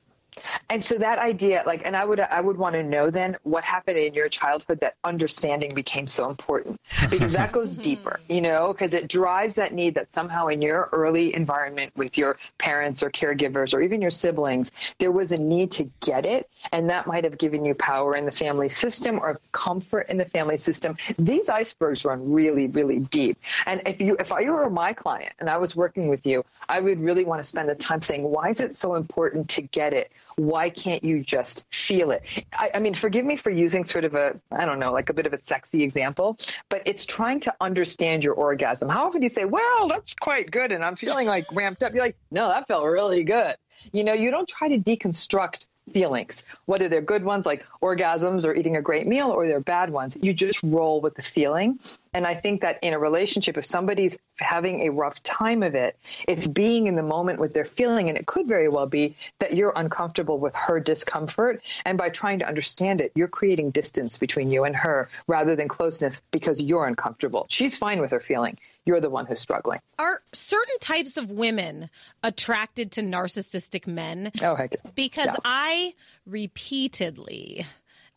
[SPEAKER 12] And so that idea, like, and I would, I would want to know then what happened in your childhood that understanding became so important because that goes deeper, you know, because it drives that need that somehow in your early environment with your parents or caregivers or even your siblings, there was a need to get it. And that might have given you power in the family system or comfort in the family system. These icebergs run really, really deep. And if you, if I were my client and I was working with you, I would really want to spend the time saying, why is it so important to get it? Why can't you just feel it? I, I mean, forgive me for using sort of a, I don't know, like a bit of a sexy example, but it's trying to understand your orgasm. How often do you say, well, that's quite good and I'm feeling like ramped up? You're like, no, that felt really good. You know, you don't try to deconstruct feelings, whether they're good ones like orgasms or eating a great meal or they're bad ones. You just roll with the feeling. And I think that in a relationship, if somebody's having a rough time of it, it's being in the moment with their feeling. And it could very well be that you're uncomfortable with her discomfort. And by trying to understand it, you're creating distance between you and her rather than closeness because you're uncomfortable. She's fine with her feeling. You're the one who's struggling.
[SPEAKER 14] Are certain types of women attracted to narcissistic men?
[SPEAKER 12] Oh, heck.
[SPEAKER 14] Because
[SPEAKER 12] Yeah.
[SPEAKER 14] I repeatedly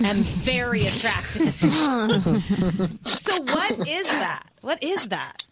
[SPEAKER 14] am very attracted. so what is that? What is that?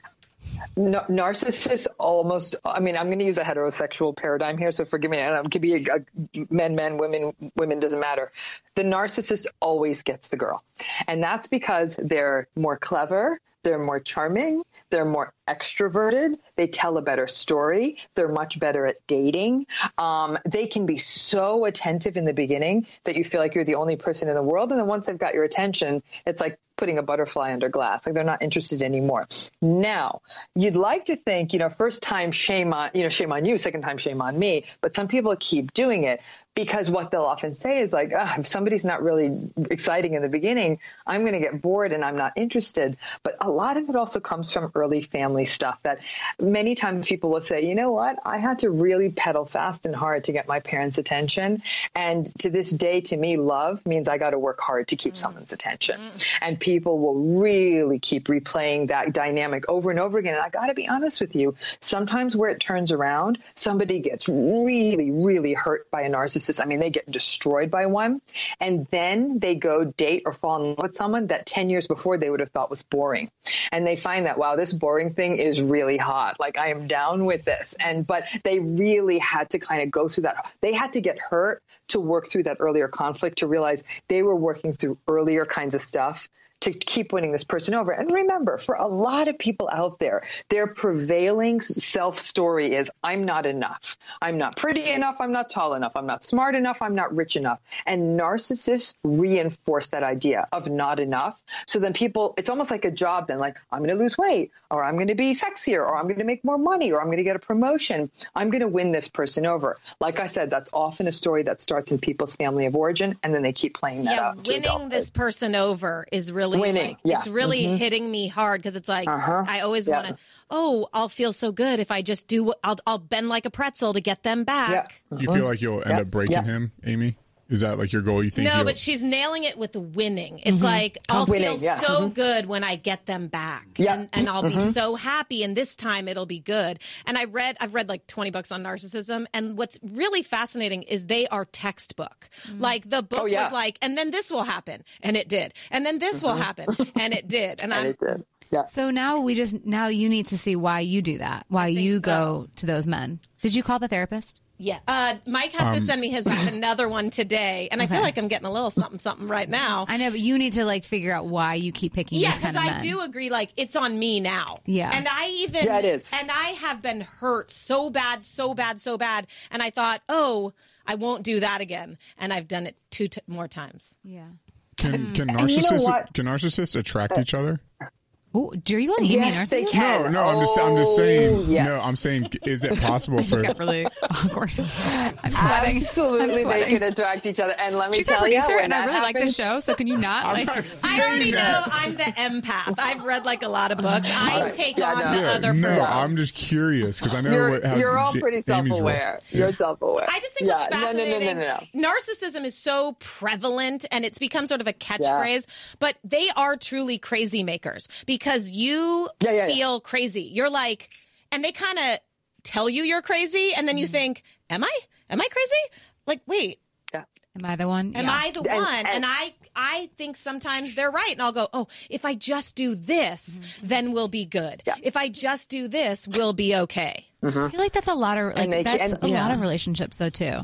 [SPEAKER 12] No, narcissists almost. I mean, I'm going to use a heterosexual paradigm here, so forgive me. And it could be a, a- men, men, women, women doesn't matter. The narcissist always gets the girl, and that's because they're more clever, they're more charming, they're more extroverted, they tell a better story, they're much better at dating. Um, they can be so attentive in the beginning that you feel like you're the only person in the world, and then once they've got your attention, it's like putting a butterfly under glass. Like they're not interested anymore. Now, you'd like to think, you know, first time shame on, you know, shame on you, second time shame on me. But some people keep doing it because what they'll often say is like, "Ugh, if somebody's not really exciting in the beginning, I'm going to get bored and I'm not interested. But a lot of it also comes from early family stuff that many times people will say, you know what? I had to really pedal fast and hard to get my parents' attention. And to this day, to me, love means I got to work hard to keep someone's attention. And people will really keep replaying that dynamic over and over again. And I got to be honest with you, sometimes where it turns around, somebody gets really, really hurt by a narcissist. I mean, they get destroyed by one. And then they go date or fall in love with someone that 10 years before they would have thought was boring. And they find that, wow, this boring thing is really hot. Like, I am down with this. And, but they really had to kind of go through that. They had to get hurt to work through that earlier conflict to realize they were working through earlier kinds of stuff to keep winning this person over. And remember, for a lot of people out there, their prevailing self story is I'm not enough. I'm not pretty enough. I'm not tall enough. I'm not smart enough. I'm not rich enough. And narcissists reinforce that idea of not enough. So then people, it's almost like a job then, like I'm going to lose weight or I'm going to be sexier or I'm going to make more money or I'm going to get a promotion. I'm going to win this person over. Like I said, that's often a story that starts in people's family of origin and then they keep playing that out. to
[SPEAKER 14] Winning this person over is really
[SPEAKER 12] Winning,
[SPEAKER 14] like-
[SPEAKER 12] yeah.
[SPEAKER 14] it's really
[SPEAKER 12] Mhm.
[SPEAKER 14] hitting me hard because it's like
[SPEAKER 12] Uh-huh.
[SPEAKER 14] I always
[SPEAKER 12] Yeah.
[SPEAKER 14] want to. Oh, I'll feel so good if I just do. what- I'll I'll bend like a pretzel to get them back.
[SPEAKER 5] Do you feel like you'll end up breaking
[SPEAKER 14] Yeah.
[SPEAKER 5] him, Amy? Is that like your goal? You think?
[SPEAKER 14] no,
[SPEAKER 5] you'll-
[SPEAKER 14] but she's nailing it with winning. It's
[SPEAKER 5] Mhm.
[SPEAKER 14] like I'll
[SPEAKER 5] Winning,
[SPEAKER 14] feel
[SPEAKER 5] yeah.
[SPEAKER 14] so good when I get them back,
[SPEAKER 12] Yeah.
[SPEAKER 14] and, and I'll be
[SPEAKER 12] Mhm.
[SPEAKER 14] so happy, and this time it'll be good. And I read, I've read like twenty books on narcissism, and what's really fascinating is they are textbook. Like the book
[SPEAKER 12] yeah.
[SPEAKER 14] was like, and then this will happen, and it did, and then this will
[SPEAKER 12] Mhm.
[SPEAKER 14] happen, and it did, and, I'm
[SPEAKER 1] So now we just now you need to see why you do that. Why you go to those men. Did you call the therapist?
[SPEAKER 14] Yeah. Uh, Mike has to
[SPEAKER 1] Um,
[SPEAKER 14] send me his back another one today, and I feel like I'm getting a little something something right now.
[SPEAKER 1] I know, but you need to like figure out why you keep picking
[SPEAKER 14] Yeah,
[SPEAKER 1] these kind
[SPEAKER 14] because
[SPEAKER 1] of
[SPEAKER 14] I
[SPEAKER 1] men.
[SPEAKER 14] do agree. Like it's on me now.
[SPEAKER 1] Yeah.
[SPEAKER 14] and I even
[SPEAKER 1] Yeah, it is.
[SPEAKER 14] And I have been hurt so bad, so bad, so bad, and I thought, oh, I won't do that again, and I've done it two t- more times.
[SPEAKER 1] Yeah.
[SPEAKER 5] can can
[SPEAKER 14] And you know
[SPEAKER 5] narcissists
[SPEAKER 14] what?
[SPEAKER 5] can narcissists attract each other?
[SPEAKER 1] Ooh, do you want to email
[SPEAKER 12] Yes, they
[SPEAKER 1] narcissism?
[SPEAKER 12] can.
[SPEAKER 5] No, no, I'm just, I'm just saying.
[SPEAKER 12] Oh, yes.
[SPEAKER 5] No, I'm saying, is it possible for?
[SPEAKER 1] really awkward. I'm
[SPEAKER 12] sweating. Absolutely, they can attract each other. And let me
[SPEAKER 14] She's our
[SPEAKER 12] tell you,
[SPEAKER 14] producer,
[SPEAKER 12] when
[SPEAKER 14] and I
[SPEAKER 12] that
[SPEAKER 14] really like this
[SPEAKER 12] happens-
[SPEAKER 14] show,
[SPEAKER 1] so can you not?
[SPEAKER 14] Like, I already know I'm the empath. I've read like a lot of books. I take on the
[SPEAKER 5] Yeah,
[SPEAKER 14] other
[SPEAKER 5] no,
[SPEAKER 14] person.
[SPEAKER 5] I'm just curious because I know
[SPEAKER 12] You're,
[SPEAKER 5] what, how
[SPEAKER 12] you're all
[SPEAKER 5] J-
[SPEAKER 12] pretty
[SPEAKER 5] Amy's role.
[SPEAKER 12] self-aware.
[SPEAKER 5] Yeah.
[SPEAKER 12] You're self-aware.
[SPEAKER 14] I just think
[SPEAKER 12] yeah.
[SPEAKER 14] what's
[SPEAKER 12] No, no,
[SPEAKER 14] fascinating.
[SPEAKER 12] no, no, no, no.
[SPEAKER 14] Narcissism is so prevalent and it's become sort of a catchphrase, but they are truly crazy makers because you feel crazy. You're like, and they kind of tell you you're crazy, and then
[SPEAKER 12] Mm.
[SPEAKER 14] you think, "Am I? Am I crazy? Like, wait,
[SPEAKER 1] Am I the one?
[SPEAKER 14] Am
[SPEAKER 1] Yeah.
[SPEAKER 14] I the one? And, I I think sometimes they're right, and I'll go, oh, if I just do this,
[SPEAKER 12] Mm-hmm.
[SPEAKER 14] then we'll be good. If I just do this, we'll be okay.
[SPEAKER 1] I feel like that's a lot of like
[SPEAKER 14] they
[SPEAKER 1] that's
[SPEAKER 14] can-
[SPEAKER 1] a lot
[SPEAKER 14] yeah.
[SPEAKER 1] of relationships though too.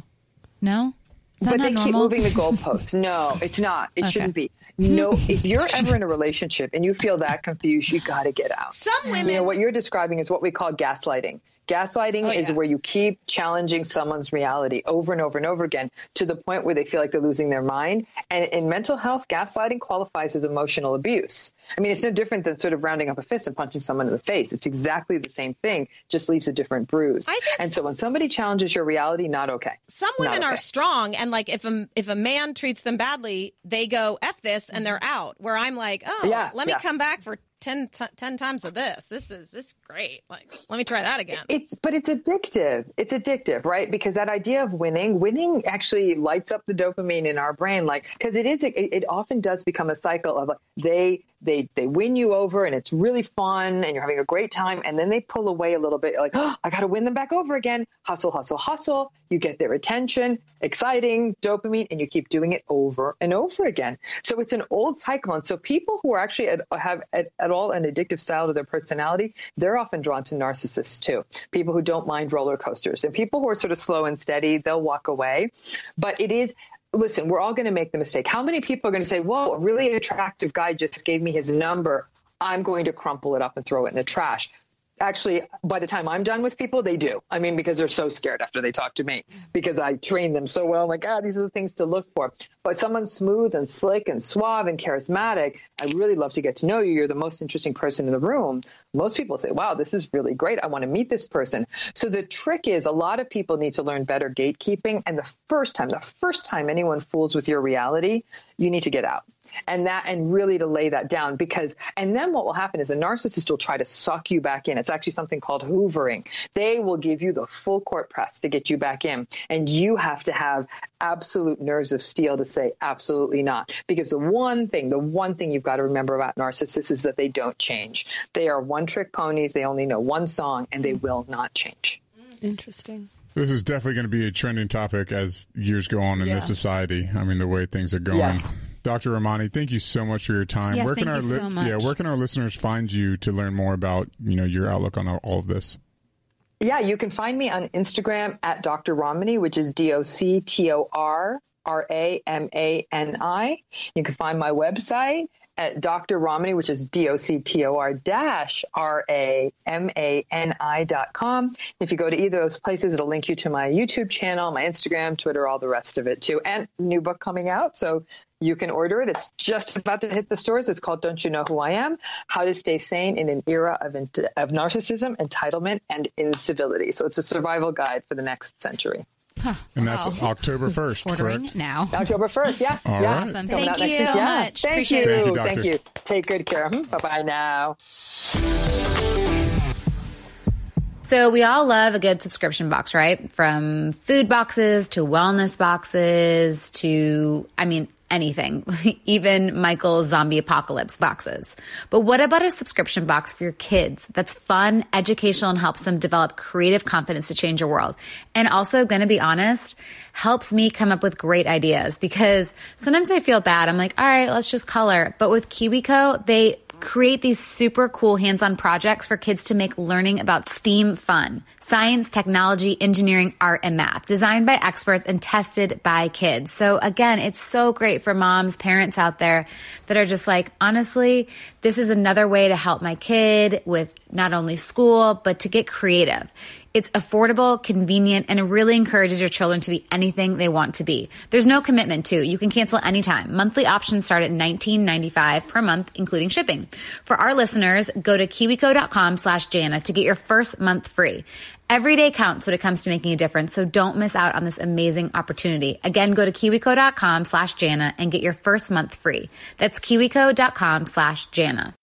[SPEAKER 1] No, Is that
[SPEAKER 12] but
[SPEAKER 1] not
[SPEAKER 12] they keep
[SPEAKER 1] normal?
[SPEAKER 12] moving the goalposts. No, it's not. It
[SPEAKER 1] Okay.
[SPEAKER 12] shouldn't be. No, if you're ever in a relationship and you feel that confused, you got to get out.
[SPEAKER 14] Some women, Oh,
[SPEAKER 12] you know, what you're describing is what we call gaslighting. Gaslighting is where you keep challenging someone's reality over and over and over again to the point where they feel like they're losing their mind. And in mental health, gaslighting qualifies as emotional abuse. I mean, it's no different than sort of rounding up a fist and punching someone in the face. It's exactly the same thing, just leaves a different bruise. and so when somebody challenges your reality, not okay.
[SPEAKER 14] Some
[SPEAKER 12] Not
[SPEAKER 14] women are
[SPEAKER 12] okay.
[SPEAKER 14] strong, and like if a if a man treats them badly, they go f this and they're out. Where I'm like, oh,
[SPEAKER 12] Yeah,
[SPEAKER 14] let me
[SPEAKER 12] yeah.
[SPEAKER 14] come back for 10, t- 10 times of this. This is this is great. Like, let me try that again.
[SPEAKER 12] It's but it's addictive. It's addictive, right? Because that idea of winning, winning actually lights up the dopamine in our brain, like because it is. It, it often does become a cycle of like they they they win you over, and it's really fun, and you're having a great time, and then they pull away a little bit, like oh, I got to win them back over again. Hustle, hustle, hustle. You get their attention, exciting dopamine, and you keep doing it over and over again. So it's an old cycle, and so people who are actually at, have at, at all an addictive style to their personality, they're often drawn to narcissists too. People who don't mind roller coasters and people who are sort of slow and steady, they'll walk away. But it is. Listen, we're all going to make the mistake. How many people are going to say, "Whoa, a really attractive guy just gave me his number. I'm going to crumple it up and throw it in the trash." actually by the time i'm done with people they do i mean because they're so scared after they talk to me because i train them so well I'm like ah these are the things to look for but someone smooth and slick and suave and charismatic i really love to get to know you you're the most interesting person in the room most people say wow this is really great i want to meet this person so the trick is a lot of people need to learn better gatekeeping and the first time the first time anyone fools with your reality you need to get out and that and really to lay that down because and then what will happen is a narcissist will try to suck you back in it's actually something called hoovering they will give you the full court press to get you back in and you have to have absolute nerves of steel to say absolutely not because the one thing the one thing you've got to remember about narcissists is that they don't change they are one trick ponies they only know one song and they will not change
[SPEAKER 4] Interesting.
[SPEAKER 5] This is definitely going to be a trending topic as years go on in
[SPEAKER 12] Yeah.
[SPEAKER 5] this society. I mean, the way things are going.
[SPEAKER 12] Yes.
[SPEAKER 5] Dr. Romani, thank you so much for your time.
[SPEAKER 12] Yeah,
[SPEAKER 5] where can
[SPEAKER 12] thank
[SPEAKER 5] our
[SPEAKER 12] you so much.
[SPEAKER 5] yeah, where can our listeners find you to learn more about you know your outlook on all all of this?
[SPEAKER 12] Yeah, you can find me on Instagram at Dr. Romani, which is D O C T O R R A M A N I. You can find my website at Dr. Romani, which is D O C T O R dash R A M A N I dot com. If you go to either of those places, it'll link you to my YouTube channel, my Instagram, Twitter, all the rest of it too. And new book coming out. So you can order it. It's just about to hit the stores. It's called Don't You Know Who I Am? How to Stay Sane in an Era of, in- of Narcissism, Entitlement, and Incivility. So it's a survival guide for the next century.
[SPEAKER 5] And that's
[SPEAKER 1] Wow.
[SPEAKER 5] October first,
[SPEAKER 1] Ordering
[SPEAKER 5] correct?
[SPEAKER 1] now.
[SPEAKER 12] October 1st, yeah.
[SPEAKER 5] All
[SPEAKER 12] yeah.
[SPEAKER 5] right. Awesome.
[SPEAKER 12] Coming
[SPEAKER 1] Thank
[SPEAKER 12] out next
[SPEAKER 1] you
[SPEAKER 12] week.
[SPEAKER 1] so
[SPEAKER 12] Yeah.
[SPEAKER 1] much.
[SPEAKER 12] Thank
[SPEAKER 1] Appreciate
[SPEAKER 12] you.
[SPEAKER 1] it. Thank you,
[SPEAKER 12] Thank
[SPEAKER 1] doctor.
[SPEAKER 12] you. Take good care. Bye bye now.
[SPEAKER 15] So we all love a good subscription box, right? From food boxes to wellness boxes to, I mean, anything, even Michael's zombie apocalypse boxes. But what about a subscription box for your kids that's fun, educational, and helps them develop creative confidence to change your world? And also, gonna be honest, helps me come up with great ideas because sometimes I feel bad. I'm like, all right, let's just color. But with KiwiCo, they create these super cool hands-on projects for kids to make learning about STEAM fun. Science, technology, engineering, art, and math. Designed by experts and tested by kids. So again, it's so great for moms, parents out there that are just like, honestly, this is another way to help my kid with not only school, but to get creative. It's affordable, convenient, and it really encourages your children to be anything they want to be. There's no commitment to. You can cancel anytime. Monthly options start at $19.95 per month, including shipping. For our listeners, go to kiwico.com slash Jana to get your first month free. Every day counts when it comes to making a difference, so don't miss out on this amazing opportunity. Again, go to kiwico.com slash Jana and get your first month free. That's kiwico.com slash Jana.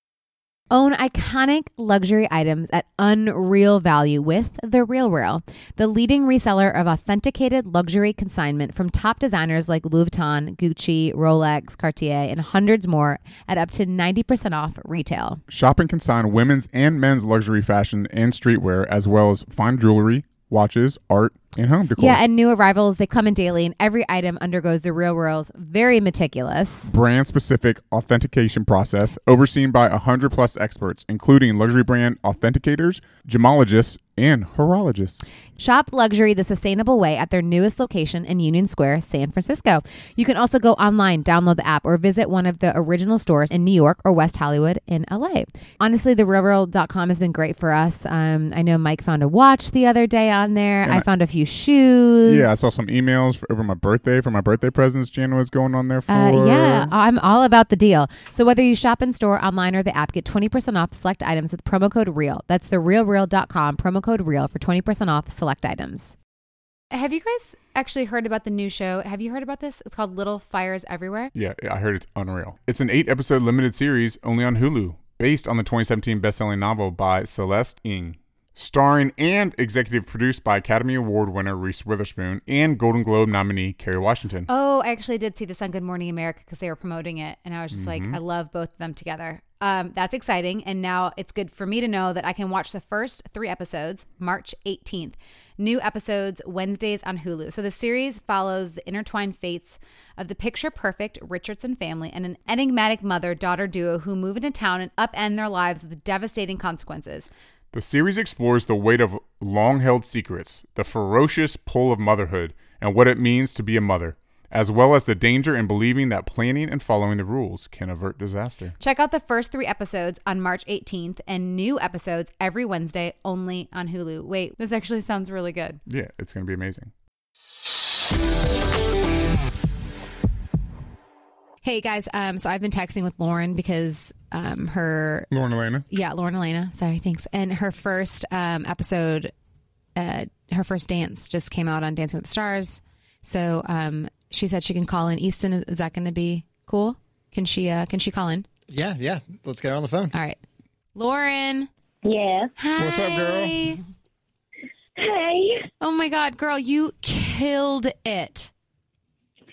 [SPEAKER 1] Own iconic luxury items at unreal value with The Real Real, the leading reseller of authenticated luxury consignment from top designers like Louis Vuitton, Gucci, Rolex, Cartier, and hundreds more at up to 90% off retail.
[SPEAKER 5] Shop and consign women's and men's luxury fashion and streetwear, as well as fine jewelry, watches, art, and home decor.
[SPEAKER 1] Yeah, and new arrivals, they come in daily, and every item undergoes The Real Real's very meticulous.
[SPEAKER 5] brand specific authentication process overseen by 100 plus experts, including luxury brand authenticators, gemologists, and horologists.
[SPEAKER 1] Shop luxury the sustainable way at their newest location in Union Square, San Francisco. You can also go online, download the app, or visit one of the original stores in New York or West Hollywood in LA. Honestly, the realworld.com has been great for us. Um, I know Mike found a watch the other day on there.
[SPEAKER 5] And
[SPEAKER 1] I
[SPEAKER 5] I-
[SPEAKER 1] found a few shoes.
[SPEAKER 5] Yeah, I saw some emails for, over my birthday for my birthday presents. Jana was going on there for.
[SPEAKER 1] Uh, yeah, I'm all about the deal. So whether you shop in store, online, or the app, get 20% off select items with promo code REAL. That's the realreal.com promo code REAL for 20% off select items. Have you guys actually heard about the new show? Have you heard about this? It's called Little Fires Everywhere.
[SPEAKER 5] Yeah, I heard it's unreal. It's an eight episode limited series only on Hulu, based on the 2017 best selling novel by Celeste Ng. Starring and executive produced by Academy Award winner Reese Witherspoon and Golden Globe nominee Kerry Washington.
[SPEAKER 1] Oh, I actually did see this on Good Morning America because they were promoting it, and I was just
[SPEAKER 5] Mhm.
[SPEAKER 1] like, I love both of them together. Um, that's exciting, and now it's good for me to know that I can watch the first three episodes March 18th. New episodes Wednesdays on Hulu. So the series follows the intertwined fates of the picture perfect Richardson family and an enigmatic mother daughter duo who move into town and upend their lives with devastating consequences.
[SPEAKER 5] The series explores the weight of long held secrets, the ferocious pull of motherhood, and what it means to be a mother, as well as the danger in believing that planning and following the rules can avert disaster.
[SPEAKER 1] Check out the first three episodes on March 18th and new episodes every Wednesday only on Hulu. Wait, this actually sounds really good.
[SPEAKER 5] Yeah, it's going to be amazing.
[SPEAKER 1] Hey guys, um, so I've been texting with Lauren because um, her
[SPEAKER 5] Lauren Elena.
[SPEAKER 1] yeah Lauren Elena, sorry, thanks, and her first um, episode, uh, her first dance just came out on Dancing with the Stars. So um, she said she can call in. Easton, is- is that going to be cool? Can she uh, can she call in?
[SPEAKER 11] Yeah, yeah. Let's get her on the phone.
[SPEAKER 1] All right. Lauren.
[SPEAKER 16] Yeah.
[SPEAKER 1] Hi.
[SPEAKER 11] What's up, girl?
[SPEAKER 1] Hey. Oh my God, girl, you killed it.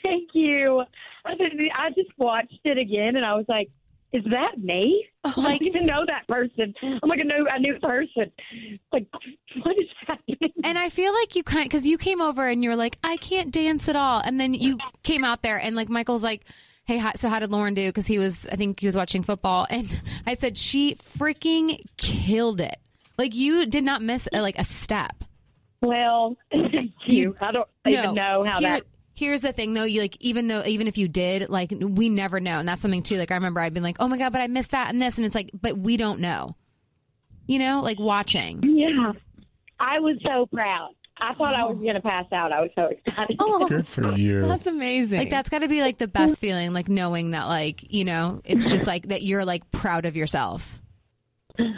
[SPEAKER 16] Thank you. I just, I just watched it again, and I was like, "Is that me?
[SPEAKER 1] Oh,
[SPEAKER 16] I don't even know that person. I'm like a new a new person. Like, what is happening?"
[SPEAKER 1] And I feel like you kind because you came over and you were like, I can't dance at all, and then you came out there and like Michael's like, Hey, how, so how did Lauren do? Because he was, I think he was watching football, and I said she freaking killed it. Like you did not miss uh, like a step.
[SPEAKER 16] Well, thank you. I don't even know how
[SPEAKER 1] Here-
[SPEAKER 16] that.
[SPEAKER 1] Here's the thing, though. You like, even though, even if you did, like, we never know, and that's something too. Like, I remember I've been like, "Oh my god," but I missed that and this, and it's like, but we don't know. You know, like watching.
[SPEAKER 16] Yeah, I was so proud. I thought I was going to pass out. I was so excited.
[SPEAKER 5] Good for you.
[SPEAKER 1] amazing. Like, Oh, that's got to be like the best feeling, like knowing that, like, you know, it's just like that you're like proud of yourself.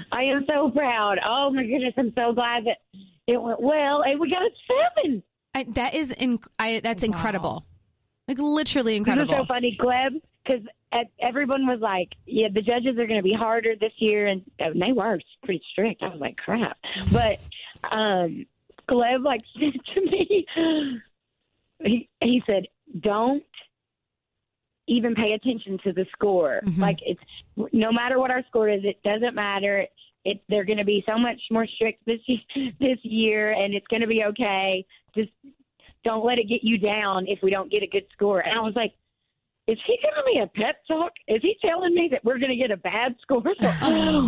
[SPEAKER 16] I am so proud. Oh my goodness, I'm so glad that it went well, and we got a seven.
[SPEAKER 1] I, that is in. I, that's incredible. Like literally
[SPEAKER 16] This is so
[SPEAKER 1] incredible.
[SPEAKER 16] funny, Gleb, because e, everyone was like, "Yeah, the judges are going to be harder this year," and, and they were pretty strict. I was like, "Crap!" But um, Gleb like said to me, he he said, "Don't." Even pay attention to the score. Like it's no matter what our score is, it doesn't matter. It they're going to be so much more strict this y- this year, and it's going to be okay. Just don't let it get you down if we don't get a good score. And I was like, is he giving me a pep talk? Is he telling me that we're going to get a bad score? So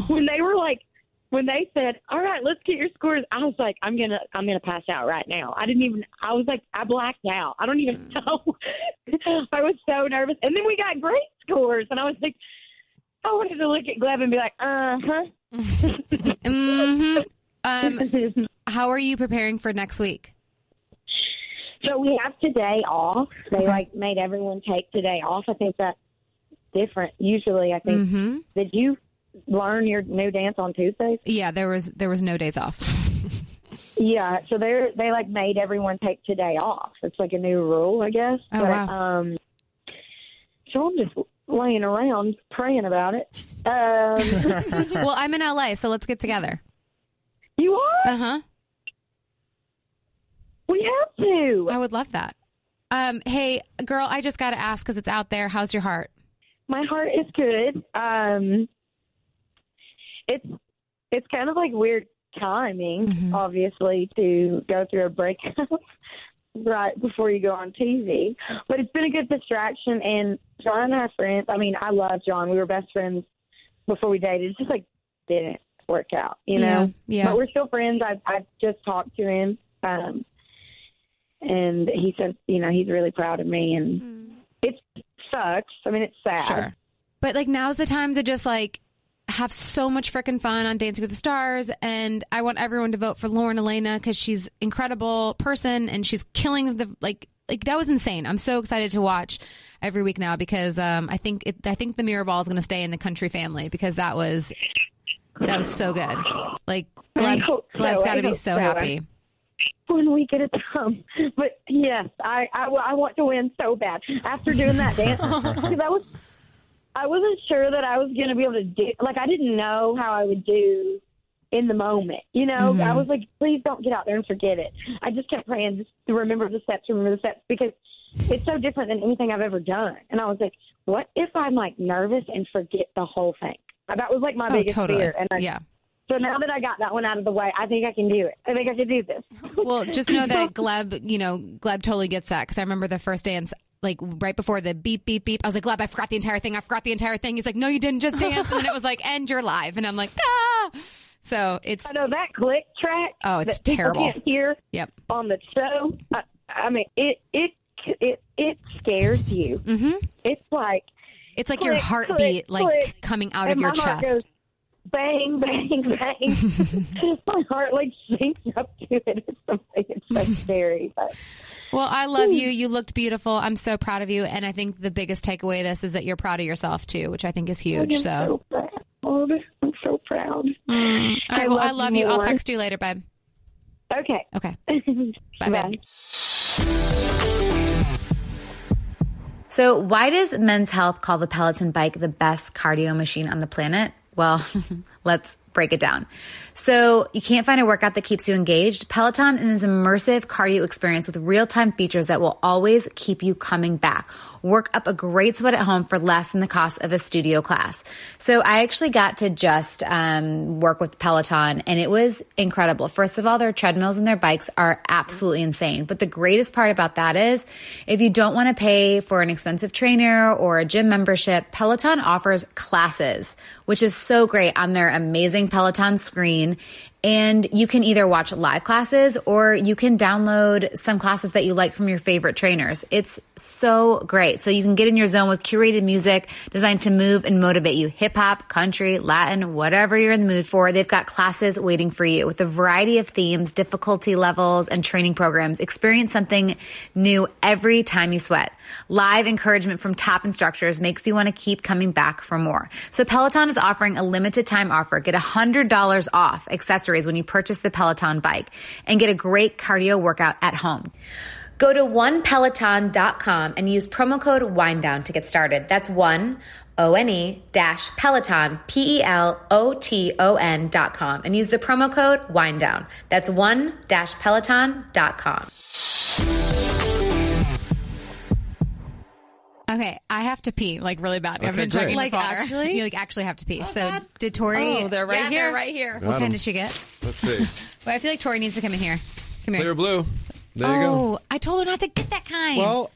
[SPEAKER 16] when they were like, when they said, "All right, let's get your scores," I was like, "I'm gonna, I'm gonna pass out right now." I didn't even. I was like, I blacked out. I don't even know. I was so nervous, and then we got great scores, and I was like, I wanted to look at Gleb and be like, uh huh.
[SPEAKER 1] hmm Um, how are you preparing for next week?
[SPEAKER 16] So we have today off. They like made everyone take today off. I think that's different. Usually, I think. Did you learn your new dance on Tuesdays?
[SPEAKER 1] Yeah, there was there was no days off.
[SPEAKER 16] Yeah. So they are they like made everyone take today off. It's like a new rule, I guess.
[SPEAKER 1] Oh,
[SPEAKER 16] but,
[SPEAKER 1] wow.
[SPEAKER 16] Um. So I'm just laying around praying about it. Um.
[SPEAKER 1] well, I'm in LA, so let's get together.
[SPEAKER 16] You are?
[SPEAKER 1] Uh huh.
[SPEAKER 16] We have to.
[SPEAKER 1] I would love that. Um, hey, girl, I just got to ask because it's out there. How's your heart?
[SPEAKER 16] my heart is good. Um, it's it's kind of like weird timing,
[SPEAKER 1] Mm-hmm.
[SPEAKER 16] obviously, to go through a breakup right before you go on TV. But it's been a good distraction. And John and I are friends. I mean, I love John. We were best friends before we dated. It just like didn't work out, you know.
[SPEAKER 1] Yeah, yeah.
[SPEAKER 16] But we're still friends. I I just talked to him, um, and he said, you know, he's really proud of me, and it sucks. I mean, it's sad.
[SPEAKER 1] Mm. Sure. But like now's the time to just like have so much freaking fun on Dancing with the Stars, and I want everyone to vote for Lauren Elena because she's incredible person and she's killing the like like that was insane. I'm so excited to watch every week now because um I think it, I think the mirror ball is going to stay in the country family because that was that was so good. Like Gleb,
[SPEAKER 16] hope so.
[SPEAKER 1] Gleb's got
[SPEAKER 16] I
[SPEAKER 1] to be
[SPEAKER 16] hope
[SPEAKER 1] so
[SPEAKER 16] so.
[SPEAKER 1] happy.
[SPEAKER 16] One week at a time. um, But yes, I, I, I want to win so bad after doing that dance because I was I wasn't sure that I was going to be able to do like I didn't know how I would do in the moment. You know,
[SPEAKER 1] Mm-hmm.
[SPEAKER 17] Mhm.
[SPEAKER 16] I was like, please don't get out there and forget it. I just kept praying just to remember the steps, remember the steps because it's so different than anything I've ever done. And I was like, what if I'm like nervous and forget the whole thing? That was like my
[SPEAKER 1] Oh,
[SPEAKER 16] biggest
[SPEAKER 1] totally.
[SPEAKER 16] fear. And I,
[SPEAKER 1] Yeah.
[SPEAKER 16] So now that I got that one out of the way, I think I can do it. I think I can do this.
[SPEAKER 1] Well, just know that Gleb, you know, Gleb totally gets that because I remember the first dance, like right before the beep, beep, beep. I was like, Gleb, I forgot the entire thing. I forgot the entire thing. He's like, No, you didn't just dance. And then it was like, And you're live. And I'm like, Ah. So it's.
[SPEAKER 16] I know that click track.
[SPEAKER 1] Oh, it's
[SPEAKER 16] that people
[SPEAKER 1] terrible.
[SPEAKER 16] Can't hear.
[SPEAKER 1] Yep.
[SPEAKER 16] On the show, I, I mean, it it it it scares you.
[SPEAKER 1] Mm-hmm.
[SPEAKER 16] It's like
[SPEAKER 1] It's like your
[SPEAKER 16] click,
[SPEAKER 1] heartbeat,
[SPEAKER 16] click,
[SPEAKER 1] like,
[SPEAKER 16] click,
[SPEAKER 1] coming out of
[SPEAKER 16] and
[SPEAKER 1] your
[SPEAKER 16] my heart
[SPEAKER 1] chest.
[SPEAKER 16] goes bang, bang, bang. my heart like sinks up to it. It's so, it's so scary, but.
[SPEAKER 1] Well, I
[SPEAKER 16] Hmm.
[SPEAKER 1] love you. You looked beautiful. I'm so proud of you. And I think the biggest takeaway of this is that you're proud of yourself too, which I think is huge.
[SPEAKER 16] am
[SPEAKER 1] So.
[SPEAKER 16] proud. I'm so proud.
[SPEAKER 1] Mm. All right.
[SPEAKER 16] I
[SPEAKER 1] well, I
[SPEAKER 16] love
[SPEAKER 1] love
[SPEAKER 16] you
[SPEAKER 1] you. I'll
[SPEAKER 16] more.
[SPEAKER 1] text you later, babe.
[SPEAKER 16] Okay.
[SPEAKER 1] Okay.
[SPEAKER 16] Bye. Bye.
[SPEAKER 15] So, why does Men's Health call the Peloton bike the best cardio machine on the planet? Well, let's break it down. So, you can't find a workout that keeps you engaged. Peloton is an immersive cardio experience with real time features that will always keep you coming back. Work up a great sweat at home for less than the cost of a studio class. So, I actually got to just um, work with Peloton and it was incredible. First of all, their treadmills and their bikes are absolutely insane. But the greatest part about that is if you don't want to pay for an expensive trainer or a gym membership, Peloton offers classes, which is so great on their amazing Peloton screen. And you can either watch live classes or you can download some classes that you like from your favorite trainers. It's so great. So you can get in your zone with curated music designed to move and motivate you hip hop, country, Latin, whatever you're in the mood for. They've got classes waiting for you with a variety of themes, difficulty levels, and training programs. Experience something new every time you sweat. Live encouragement from top instructors makes you want to keep coming back for more. So Peloton is offering a limited time offer. Get $100 off accessories when you purchase the Peloton bike and get a great cardio workout at home. Go to onepeloton.com and use promo code WINEDOWN to get started. That's one, O N E dash Peloton, P E L O T O N dot com, and use the promo code WINEDOWN. That's one dash Peloton dot com.
[SPEAKER 1] Okay, I have to pee like really bad.
[SPEAKER 15] Okay,
[SPEAKER 1] I've been drinking
[SPEAKER 15] great.
[SPEAKER 1] this
[SPEAKER 15] Like,
[SPEAKER 1] water.
[SPEAKER 15] actually?
[SPEAKER 1] you like actually have to pee. so did Tori?
[SPEAKER 14] Oh, they're right Yeah, they're here.
[SPEAKER 1] right
[SPEAKER 14] here.
[SPEAKER 1] What
[SPEAKER 6] Got 'em.
[SPEAKER 1] kind did she get?
[SPEAKER 6] Let's see.
[SPEAKER 1] Well, I feel like Tori needs to come in here. Come here.
[SPEAKER 6] Clear blue. There you go.
[SPEAKER 1] oh, I told her not to get that kind.
[SPEAKER 6] Well,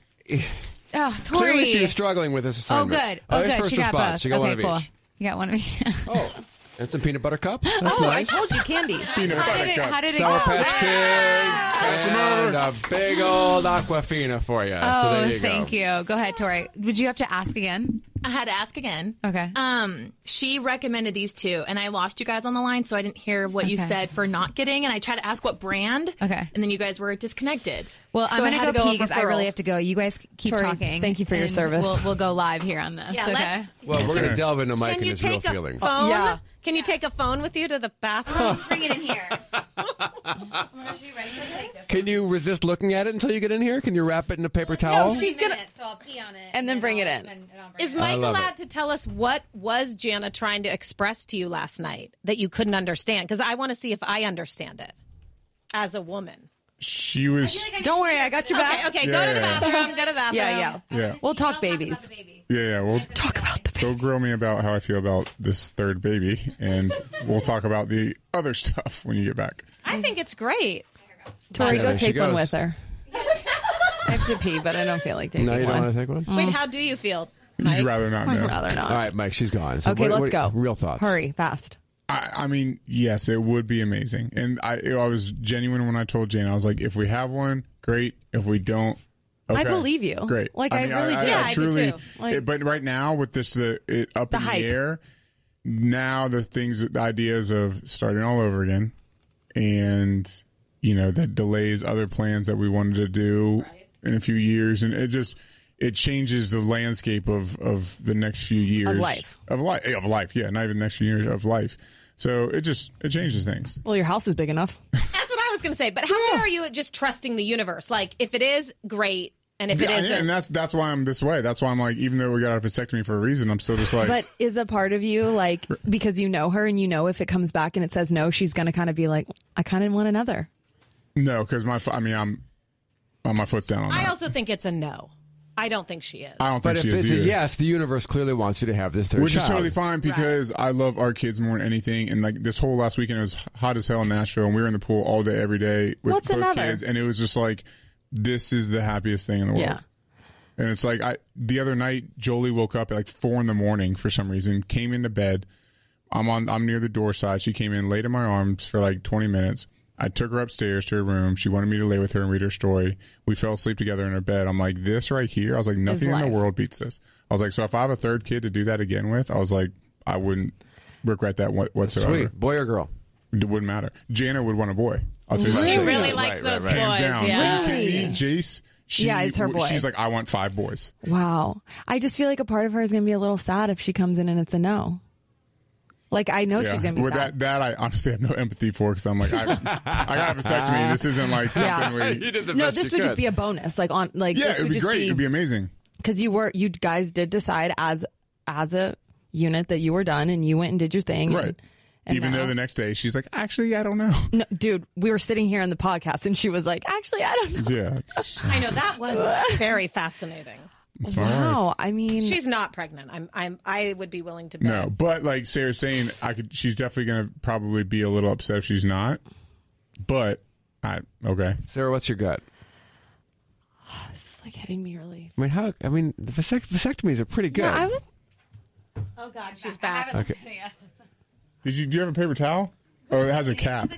[SPEAKER 1] oh, Tori.
[SPEAKER 6] Clearly, she was struggling with this
[SPEAKER 1] oh,
[SPEAKER 6] assignment.
[SPEAKER 1] good. Oh,
[SPEAKER 6] there's
[SPEAKER 1] good.
[SPEAKER 6] First
[SPEAKER 1] She got
[SPEAKER 6] response.
[SPEAKER 1] both.
[SPEAKER 6] She got
[SPEAKER 1] okay,
[SPEAKER 6] one of
[SPEAKER 1] cool.
[SPEAKER 6] each.
[SPEAKER 1] You got one of each. oh,
[SPEAKER 6] And some peanut butter cups. That's
[SPEAKER 1] oh
[SPEAKER 6] nice.
[SPEAKER 1] I told you candy.
[SPEAKER 6] Peanut
[SPEAKER 1] how
[SPEAKER 6] butter
[SPEAKER 1] did it,
[SPEAKER 6] cup.
[SPEAKER 1] how did it
[SPEAKER 6] Sour
[SPEAKER 1] go?
[SPEAKER 6] Patch Kids. And a big old Aquafina for you. so
[SPEAKER 1] Oh,
[SPEAKER 6] there you go.
[SPEAKER 1] thank you. Go ahead, Tori. Would you have to ask again?
[SPEAKER 7] I had to ask again.
[SPEAKER 1] Okay.
[SPEAKER 7] Um, she recommended these two, and I lost you guys on the line, so I didn't hear what you
[SPEAKER 1] Okay.
[SPEAKER 7] said for not getting. And I tried to ask what brand.
[SPEAKER 1] Okay.
[SPEAKER 7] And then you guys were disconnected.
[SPEAKER 1] Well,
[SPEAKER 7] So I
[SPEAKER 1] I'm
[SPEAKER 7] had
[SPEAKER 1] gonna
[SPEAKER 7] to
[SPEAKER 1] go, pee
[SPEAKER 7] off
[SPEAKER 1] because I
[SPEAKER 7] referral.
[SPEAKER 1] really have to go. You guys keep
[SPEAKER 7] Tori,
[SPEAKER 1] talking.
[SPEAKER 7] thank you for your
[SPEAKER 1] and
[SPEAKER 7] service.
[SPEAKER 1] We'll, we'll go live here on this.
[SPEAKER 14] Yeah,
[SPEAKER 1] okay.
[SPEAKER 6] Well, we're going
[SPEAKER 5] Okay.
[SPEAKER 6] to delve into Mike
[SPEAKER 14] Can
[SPEAKER 6] and
[SPEAKER 14] you
[SPEAKER 6] his real
[SPEAKER 14] take a
[SPEAKER 6] feelings.
[SPEAKER 14] phone?
[SPEAKER 1] Yeah.
[SPEAKER 14] Can you take a phone with you to the bathroom?
[SPEAKER 1] Bring it in here.
[SPEAKER 6] Can you resist looking at it until you get in here? Can you wrap it in a paper towel?
[SPEAKER 14] gonna.
[SPEAKER 1] So I'll pee on it.
[SPEAKER 14] And then bring it in. Is
[SPEAKER 6] it in. I
[SPEAKER 14] Mike
[SPEAKER 6] love
[SPEAKER 14] allowed to tell us what was Jana trying to express to you last night that you couldn't understand? Because I want to see if I understand it as a woman.
[SPEAKER 5] She was.
[SPEAKER 14] Don't worry, I got
[SPEAKER 5] your
[SPEAKER 14] Okay,
[SPEAKER 5] back.
[SPEAKER 14] okay
[SPEAKER 5] Yeah,
[SPEAKER 14] go to the
[SPEAKER 5] yeah.
[SPEAKER 14] bathroom. Go to the bathroom.
[SPEAKER 4] Yeah, yeah.
[SPEAKER 5] Yeah.
[SPEAKER 4] We'll talk babies.
[SPEAKER 5] Yeah, yeah. We'll talk about the baby. Go grill me about how I feel about this third baby, and we'll talk about the other stuff when you get back.
[SPEAKER 14] I think it's great.
[SPEAKER 4] Tori,
[SPEAKER 5] Yeah,
[SPEAKER 4] go
[SPEAKER 5] there she
[SPEAKER 4] take one
[SPEAKER 5] goes.
[SPEAKER 4] with her. I have to pee, but I don't feel like taking
[SPEAKER 6] No, you
[SPEAKER 4] one. Mm.
[SPEAKER 6] don't want to take one?
[SPEAKER 14] Wait, how do you feel?
[SPEAKER 5] You'd rather not
[SPEAKER 4] I'd
[SPEAKER 5] know.
[SPEAKER 4] rather
[SPEAKER 6] All right, Mike, she's gone. So
[SPEAKER 4] Okay,
[SPEAKER 6] what-
[SPEAKER 4] let's
[SPEAKER 6] what-
[SPEAKER 4] go.
[SPEAKER 6] Real thoughts.
[SPEAKER 4] Hurry, fast.
[SPEAKER 5] I, I mean, yes, it would be amazing. And I, I was genuine when I told Jane. I was like, if we have one, great. If we don't,
[SPEAKER 4] I
[SPEAKER 5] okay.
[SPEAKER 4] believe you.
[SPEAKER 5] Great.
[SPEAKER 4] Like, I really do. Yeah, I do
[SPEAKER 5] truly.
[SPEAKER 4] too. Like-
[SPEAKER 5] it- but right now, with this the it, up
[SPEAKER 4] The
[SPEAKER 5] in
[SPEAKER 4] hype.
[SPEAKER 5] the air, now the things, the ideas of starting all over again, and you know that delays other plans that we wanted to do in a few years, and it just. It changes the landscape of, of the next few years
[SPEAKER 4] life.
[SPEAKER 5] of life of life yeah not even next few years of life so it just it changes things
[SPEAKER 4] Well, your house is big enough.
[SPEAKER 14] That's what I was going to say. But how far are you at just trusting the universe? Like, if it is, great. And if it
[SPEAKER 5] Yeah,
[SPEAKER 14] isn't,
[SPEAKER 5] and that's that's why i'm this way that's why i'm like even though we got a vasectomy for a reason i'm still just like
[SPEAKER 4] but is a part of you like because you know her and you know if it comes back and it says no, she's gonna kind of be like, I kind of want another.
[SPEAKER 5] no because my fo- i mean i'm on my foot's down on
[SPEAKER 14] I
[SPEAKER 5] that
[SPEAKER 14] also think it's a no. I don't think she is.
[SPEAKER 5] i don't
[SPEAKER 6] But
[SPEAKER 5] think
[SPEAKER 6] if
[SPEAKER 5] she is
[SPEAKER 6] it's a
[SPEAKER 5] either.
[SPEAKER 6] yes, the universe clearly wants you to have this third
[SPEAKER 5] which
[SPEAKER 6] child.
[SPEAKER 5] is totally fine because I love our kids more than anything. And like this whole last weekend, it was hot as hell in Nashville, and we were in the pool all day, every day with
[SPEAKER 4] What's
[SPEAKER 5] both
[SPEAKER 4] another?
[SPEAKER 5] kids, and it was just like this is the happiest thing in the world.
[SPEAKER 4] Yeah.
[SPEAKER 5] And it's like I the other night, Jolie woke up at like four in the morning for some reason, came into bed. I'm on I'm near the door side. She came in, laid in my arms for like 20 minutes. I took her upstairs to her room. She wanted me to lay with her and read her story. We fell asleep together in her bed. I'm like, this right here. I was like, nothing in the
[SPEAKER 4] life.
[SPEAKER 5] world beats this. I was like, so if I have a third kid to do that again with, I was like, I wouldn't regret that wha- whatsoever.
[SPEAKER 6] Sweet. Boy or girl?
[SPEAKER 5] It wouldn't matter. Jana would want a boy. I'll tell you
[SPEAKER 14] He
[SPEAKER 5] that.
[SPEAKER 14] really
[SPEAKER 5] Right,
[SPEAKER 14] likes
[SPEAKER 5] right,
[SPEAKER 14] those
[SPEAKER 5] right. Hands
[SPEAKER 14] boys,
[SPEAKER 5] down.
[SPEAKER 14] yeah.
[SPEAKER 5] Are you kidding me? Jace. She,
[SPEAKER 4] Yeah, it's her
[SPEAKER 5] w-
[SPEAKER 4] boy.
[SPEAKER 5] She's like, I want five boys.
[SPEAKER 4] Wow. I just feel like a part of her is gonna be a little sad if she comes in and it's a no. Like I know
[SPEAKER 5] Yeah.
[SPEAKER 4] she's gonna be
[SPEAKER 5] Well,
[SPEAKER 4] sad.
[SPEAKER 5] that that I honestly have no empathy for because I'm like I, I got a vasectomy. This isn't like something
[SPEAKER 4] Yeah.
[SPEAKER 5] where
[SPEAKER 6] You did the
[SPEAKER 4] no, this would just be a bonus. Like on like
[SPEAKER 5] yeah,
[SPEAKER 4] this
[SPEAKER 5] it'd
[SPEAKER 4] would
[SPEAKER 5] be
[SPEAKER 4] just
[SPEAKER 5] great. It'd be amazing.
[SPEAKER 4] because you were you guys did decide as as a unit that you were done and you went and did your thing
[SPEAKER 5] Right.
[SPEAKER 4] and, and
[SPEAKER 5] Even
[SPEAKER 4] now-
[SPEAKER 5] though the next day she's like, actually, I don't know.
[SPEAKER 4] no, dude we were sitting here on the podcast and she was like actually i don't know
[SPEAKER 5] Yeah,
[SPEAKER 14] I know that was very fascinating.
[SPEAKER 5] it's my life.
[SPEAKER 4] wow i mean
[SPEAKER 14] She's not pregnant. I'm. I'm. I would be willing to bet.
[SPEAKER 5] No, but like Sarah's saying, I could. She's definitely gonna probably be a little upset if she's not. But I okay.
[SPEAKER 6] Sarah, what's your gut?
[SPEAKER 4] this is like hitting me really
[SPEAKER 6] I mean, how? I mean, the vasect- vasectomies are pretty good.
[SPEAKER 4] yeah i would
[SPEAKER 14] Oh God, she's back.
[SPEAKER 6] okay.
[SPEAKER 5] Did you do you have a paper towel? Oh, it has a cap.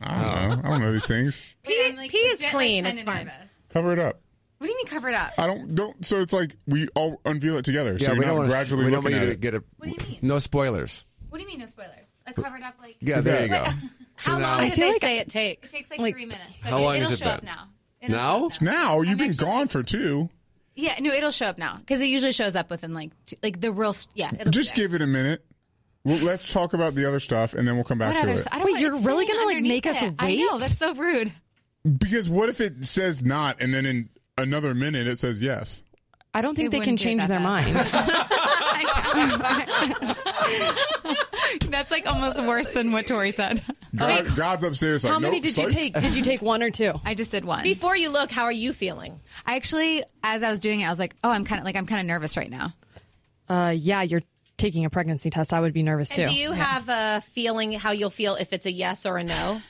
[SPEAKER 5] I don't know. I don't know these things.
[SPEAKER 14] Pee, pee is clean. It's fine.
[SPEAKER 5] Cover it up.
[SPEAKER 1] What do you mean cover it up?
[SPEAKER 5] I don't don't. So it's like we all unveil it together.
[SPEAKER 6] Yeah,
[SPEAKER 5] so you're
[SPEAKER 6] we
[SPEAKER 5] not
[SPEAKER 6] don't want to.
[SPEAKER 5] gradually
[SPEAKER 6] We don't
[SPEAKER 5] looking
[SPEAKER 6] want you
[SPEAKER 5] at
[SPEAKER 6] to
[SPEAKER 5] it.
[SPEAKER 6] get a.
[SPEAKER 1] What do you mean?
[SPEAKER 6] No spoilers.
[SPEAKER 1] What do you mean no spoilers? I covered up like
[SPEAKER 6] Yeah, there you go. So
[SPEAKER 1] how
[SPEAKER 6] now-
[SPEAKER 1] long
[SPEAKER 6] I
[SPEAKER 1] did
[SPEAKER 14] They
[SPEAKER 1] they
[SPEAKER 14] say it takes.
[SPEAKER 1] It takes like, three minutes. So
[SPEAKER 6] How
[SPEAKER 1] it-
[SPEAKER 6] long
[SPEAKER 1] it'll
[SPEAKER 6] has it
[SPEAKER 1] show up
[SPEAKER 6] been?
[SPEAKER 1] now. It'll show
[SPEAKER 6] Now?
[SPEAKER 1] up
[SPEAKER 5] Now you've been gone for two.
[SPEAKER 1] Yeah, no, it'll show up now because it usually shows up within like two, like the real st- yeah. It'll
[SPEAKER 5] Just
[SPEAKER 1] be there.
[SPEAKER 5] give it a minute. Well, let's talk about the other stuff, and then we'll come back
[SPEAKER 1] What
[SPEAKER 5] to
[SPEAKER 1] other?
[SPEAKER 5] it.
[SPEAKER 1] s- I don't
[SPEAKER 4] Wait,
[SPEAKER 1] want-
[SPEAKER 4] you're
[SPEAKER 1] it's
[SPEAKER 4] really
[SPEAKER 1] sitting
[SPEAKER 4] gonna, like,
[SPEAKER 1] underneath
[SPEAKER 4] make us
[SPEAKER 1] it. I know
[SPEAKER 4] wait?
[SPEAKER 1] that's so rude.
[SPEAKER 5] Because what if it says not, and then in another minute it says yes?
[SPEAKER 4] i don't think
[SPEAKER 1] They
[SPEAKER 4] they, can
[SPEAKER 1] wouldn't do it that
[SPEAKER 4] change their
[SPEAKER 1] fast.
[SPEAKER 4] mind
[SPEAKER 1] That's like almost worse than what Tori said.
[SPEAKER 5] God, God's upstairs. Like,
[SPEAKER 4] how many
[SPEAKER 5] "Nope,
[SPEAKER 4] did you
[SPEAKER 5] psych."
[SPEAKER 4] take did you take one or two
[SPEAKER 1] I just did one.
[SPEAKER 14] Before you look, how are you feeling?
[SPEAKER 1] I actually, as I was doing it, I was like, oh, I'm kind of like I'm kind of nervous right now.
[SPEAKER 4] uh yeah you're taking a pregnancy test i would be nervous too
[SPEAKER 14] And do you have a feeling how you'll feel if it's a yes or a no?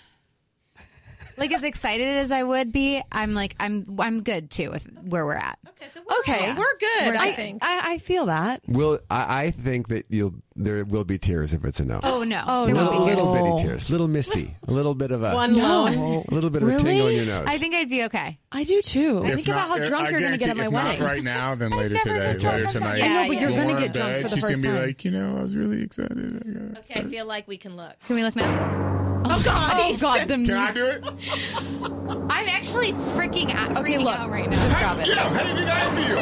[SPEAKER 1] like as excited as I would be, I'm like I'm I'm good too with where we're at. Okay, so we're,
[SPEAKER 14] Okay, we're good, I think.
[SPEAKER 4] I, I feel that.
[SPEAKER 6] Will I, I think that you'll there will be tears if it's a no.
[SPEAKER 1] Oh no,
[SPEAKER 6] A
[SPEAKER 1] there
[SPEAKER 6] little,
[SPEAKER 1] won't be tears.
[SPEAKER 6] little bitty tears, little misty, a little bit of a
[SPEAKER 1] One No. loan.
[SPEAKER 6] a little bit of a tingle in your nose.
[SPEAKER 1] I think I'd be okay.
[SPEAKER 4] I do too.
[SPEAKER 1] I
[SPEAKER 5] If
[SPEAKER 1] think about
[SPEAKER 5] not-
[SPEAKER 1] how drunk
[SPEAKER 5] I
[SPEAKER 1] you're going to get at my
[SPEAKER 5] guarantee
[SPEAKER 1] wedding.
[SPEAKER 5] If not right now, then later today, later tonight.
[SPEAKER 1] Yeah, I know, but you're
[SPEAKER 5] when
[SPEAKER 1] gonna
[SPEAKER 5] we're
[SPEAKER 1] get
[SPEAKER 5] in
[SPEAKER 1] drunk
[SPEAKER 5] bed,
[SPEAKER 1] for the
[SPEAKER 5] she's
[SPEAKER 1] first
[SPEAKER 5] gonna
[SPEAKER 1] time.
[SPEAKER 5] be like, you know, I was really excited. I got
[SPEAKER 14] Okay, I feel like we can look.
[SPEAKER 1] Can we look now?
[SPEAKER 14] Oh God!
[SPEAKER 1] Oh God! The
[SPEAKER 5] Can I do it?
[SPEAKER 1] I'm actually freaking out,
[SPEAKER 5] Okay,
[SPEAKER 1] freaking
[SPEAKER 5] look.
[SPEAKER 1] out right now.
[SPEAKER 5] Just grab it. Yeah, how do you think I feel?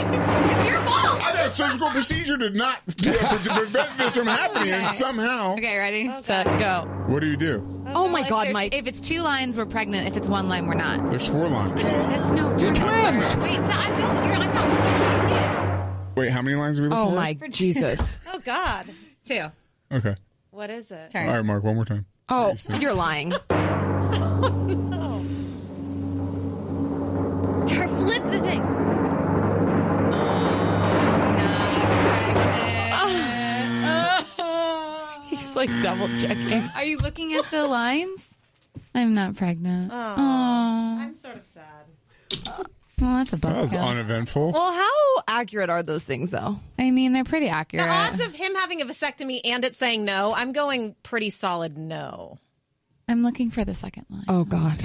[SPEAKER 1] It's your fault.
[SPEAKER 5] I had a surgical procedure to not to prevent this from happening
[SPEAKER 1] Okay.
[SPEAKER 5] somehow.
[SPEAKER 1] Okay, ready, set, go.
[SPEAKER 5] What do you do?
[SPEAKER 1] Oh, my God, Mike! If it's two lines, we're pregnant. If it's one line, we're not.
[SPEAKER 5] There's four lines.
[SPEAKER 1] That's no.
[SPEAKER 5] You're twins.
[SPEAKER 1] Wait, so I don't. You're. I'm not.
[SPEAKER 5] Wait, how many lines are we
[SPEAKER 1] Oh
[SPEAKER 5] looking for?
[SPEAKER 14] oh God!
[SPEAKER 1] Two.
[SPEAKER 5] Okay.
[SPEAKER 14] What is it?
[SPEAKER 5] All right, Mark, one more time.
[SPEAKER 1] Oh, you're lying. Turn, flip the thing.
[SPEAKER 4] He's like double checking.
[SPEAKER 1] Are you looking at the lines? I'm not pregnant.
[SPEAKER 14] Oh,
[SPEAKER 1] Oh,
[SPEAKER 14] I'm sort of sad.
[SPEAKER 1] well, that's a bust.
[SPEAKER 5] That was uneventful.
[SPEAKER 4] Well, how accurate are those things though?
[SPEAKER 1] I mean, they're pretty accurate.
[SPEAKER 14] The odds of him having a vasectomy and it saying no, I'm going pretty solid no.
[SPEAKER 1] I'm looking for the second line.
[SPEAKER 4] Oh God.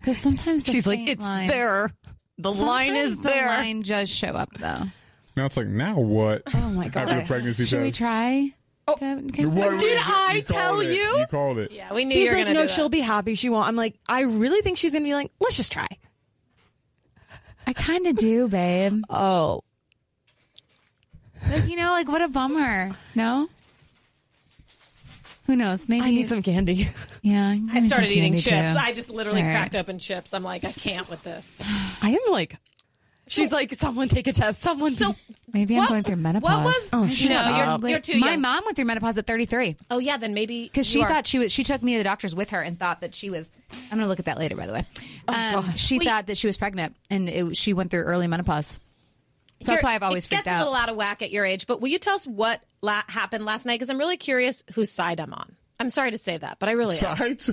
[SPEAKER 1] Because sometimes the
[SPEAKER 4] She's like,
[SPEAKER 1] faint
[SPEAKER 4] "It's
[SPEAKER 1] lines-
[SPEAKER 4] there. The line
[SPEAKER 1] Sometimes
[SPEAKER 4] is
[SPEAKER 1] the
[SPEAKER 4] there."
[SPEAKER 1] line does show up though.
[SPEAKER 5] Now it's like, now what?
[SPEAKER 1] Oh my
[SPEAKER 5] After the pregnancy
[SPEAKER 1] Should we
[SPEAKER 5] test.
[SPEAKER 1] try? Oh,
[SPEAKER 5] You- what- you- you called it. You called it.
[SPEAKER 14] we knew
[SPEAKER 4] He's
[SPEAKER 14] you were
[SPEAKER 4] like,
[SPEAKER 14] gonna
[SPEAKER 4] no,
[SPEAKER 14] do that."
[SPEAKER 4] she'll be happy. She won't. I'm like, I really think she's gonna be like, let's just try.
[SPEAKER 1] I kind of do, babe.
[SPEAKER 4] Oh,
[SPEAKER 1] Like, you know, like what a bummer. No. Who knows? Maybe I need some
[SPEAKER 4] candy.
[SPEAKER 1] Yeah,
[SPEAKER 14] I started eating chips. I just literally cracked open chips. I'm like, I can't with this.
[SPEAKER 4] I am like, she's like, someone take a test. Someone. So
[SPEAKER 1] maybe I'm going through menopause.
[SPEAKER 4] was- Oh, shut
[SPEAKER 14] No, you're- up. you're too
[SPEAKER 1] My
[SPEAKER 14] young.
[SPEAKER 1] mom went through menopause at 33
[SPEAKER 14] Oh yeah, then maybe
[SPEAKER 1] because she
[SPEAKER 14] you are-
[SPEAKER 1] thought she was. She took me to the doctors with her and thought that she was. I'm going to look at that later, by the way.
[SPEAKER 14] Oh,
[SPEAKER 1] um, she thought that she was pregnant and it, she went through early menopause. So that's
[SPEAKER 14] You're-
[SPEAKER 1] why I've always
[SPEAKER 14] it gets
[SPEAKER 1] freaked out.
[SPEAKER 14] a little out of whack at your age. But will you tell us what la- happened last night? Because I'm really curious whose side I'm on. I'm sorry to say that, but I really am.
[SPEAKER 5] Sides?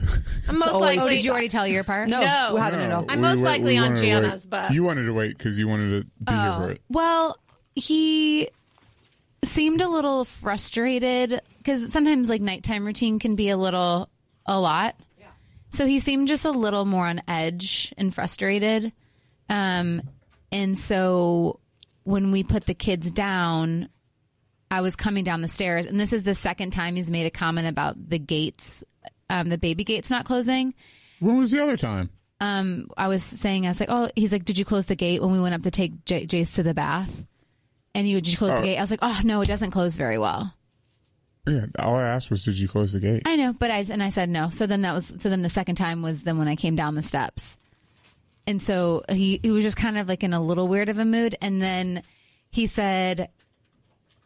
[SPEAKER 14] I'm most likely.
[SPEAKER 1] Oh, did you already tell your part?
[SPEAKER 14] No, we haven't at all. I'm most
[SPEAKER 5] Uh, We wa-
[SPEAKER 14] likely
[SPEAKER 5] we
[SPEAKER 14] on
[SPEAKER 5] wanted to wait.
[SPEAKER 14] Gianna's, but-
[SPEAKER 5] You wanted to wait because you wanted to be
[SPEAKER 1] Oh.
[SPEAKER 5] here for it.
[SPEAKER 1] Well, he seemed a little frustrated because sometimes like nighttime routine can be a little a lot. So he seemed just a little more on edge and frustrated. Um, and so when we put the kids down, I was coming down the stairs, and this is the second time he's made a comment about the gates, um, the baby gates not closing.
[SPEAKER 5] When was the other time?
[SPEAKER 1] Um, I was saying, I was like, oh, he's like, did you close the gate when we went up to take J- Jace to the bath? And you would just close
[SPEAKER 5] Oh.
[SPEAKER 1] the gate. I was like, oh no, it doesn't close very well.
[SPEAKER 5] Yeah, all I asked was, did you close the gate?
[SPEAKER 1] I know, but I and I said no. So then that was so then the second time was then when I came down the steps, and so he he was just kind of like in a little weird of a mood, and then he said,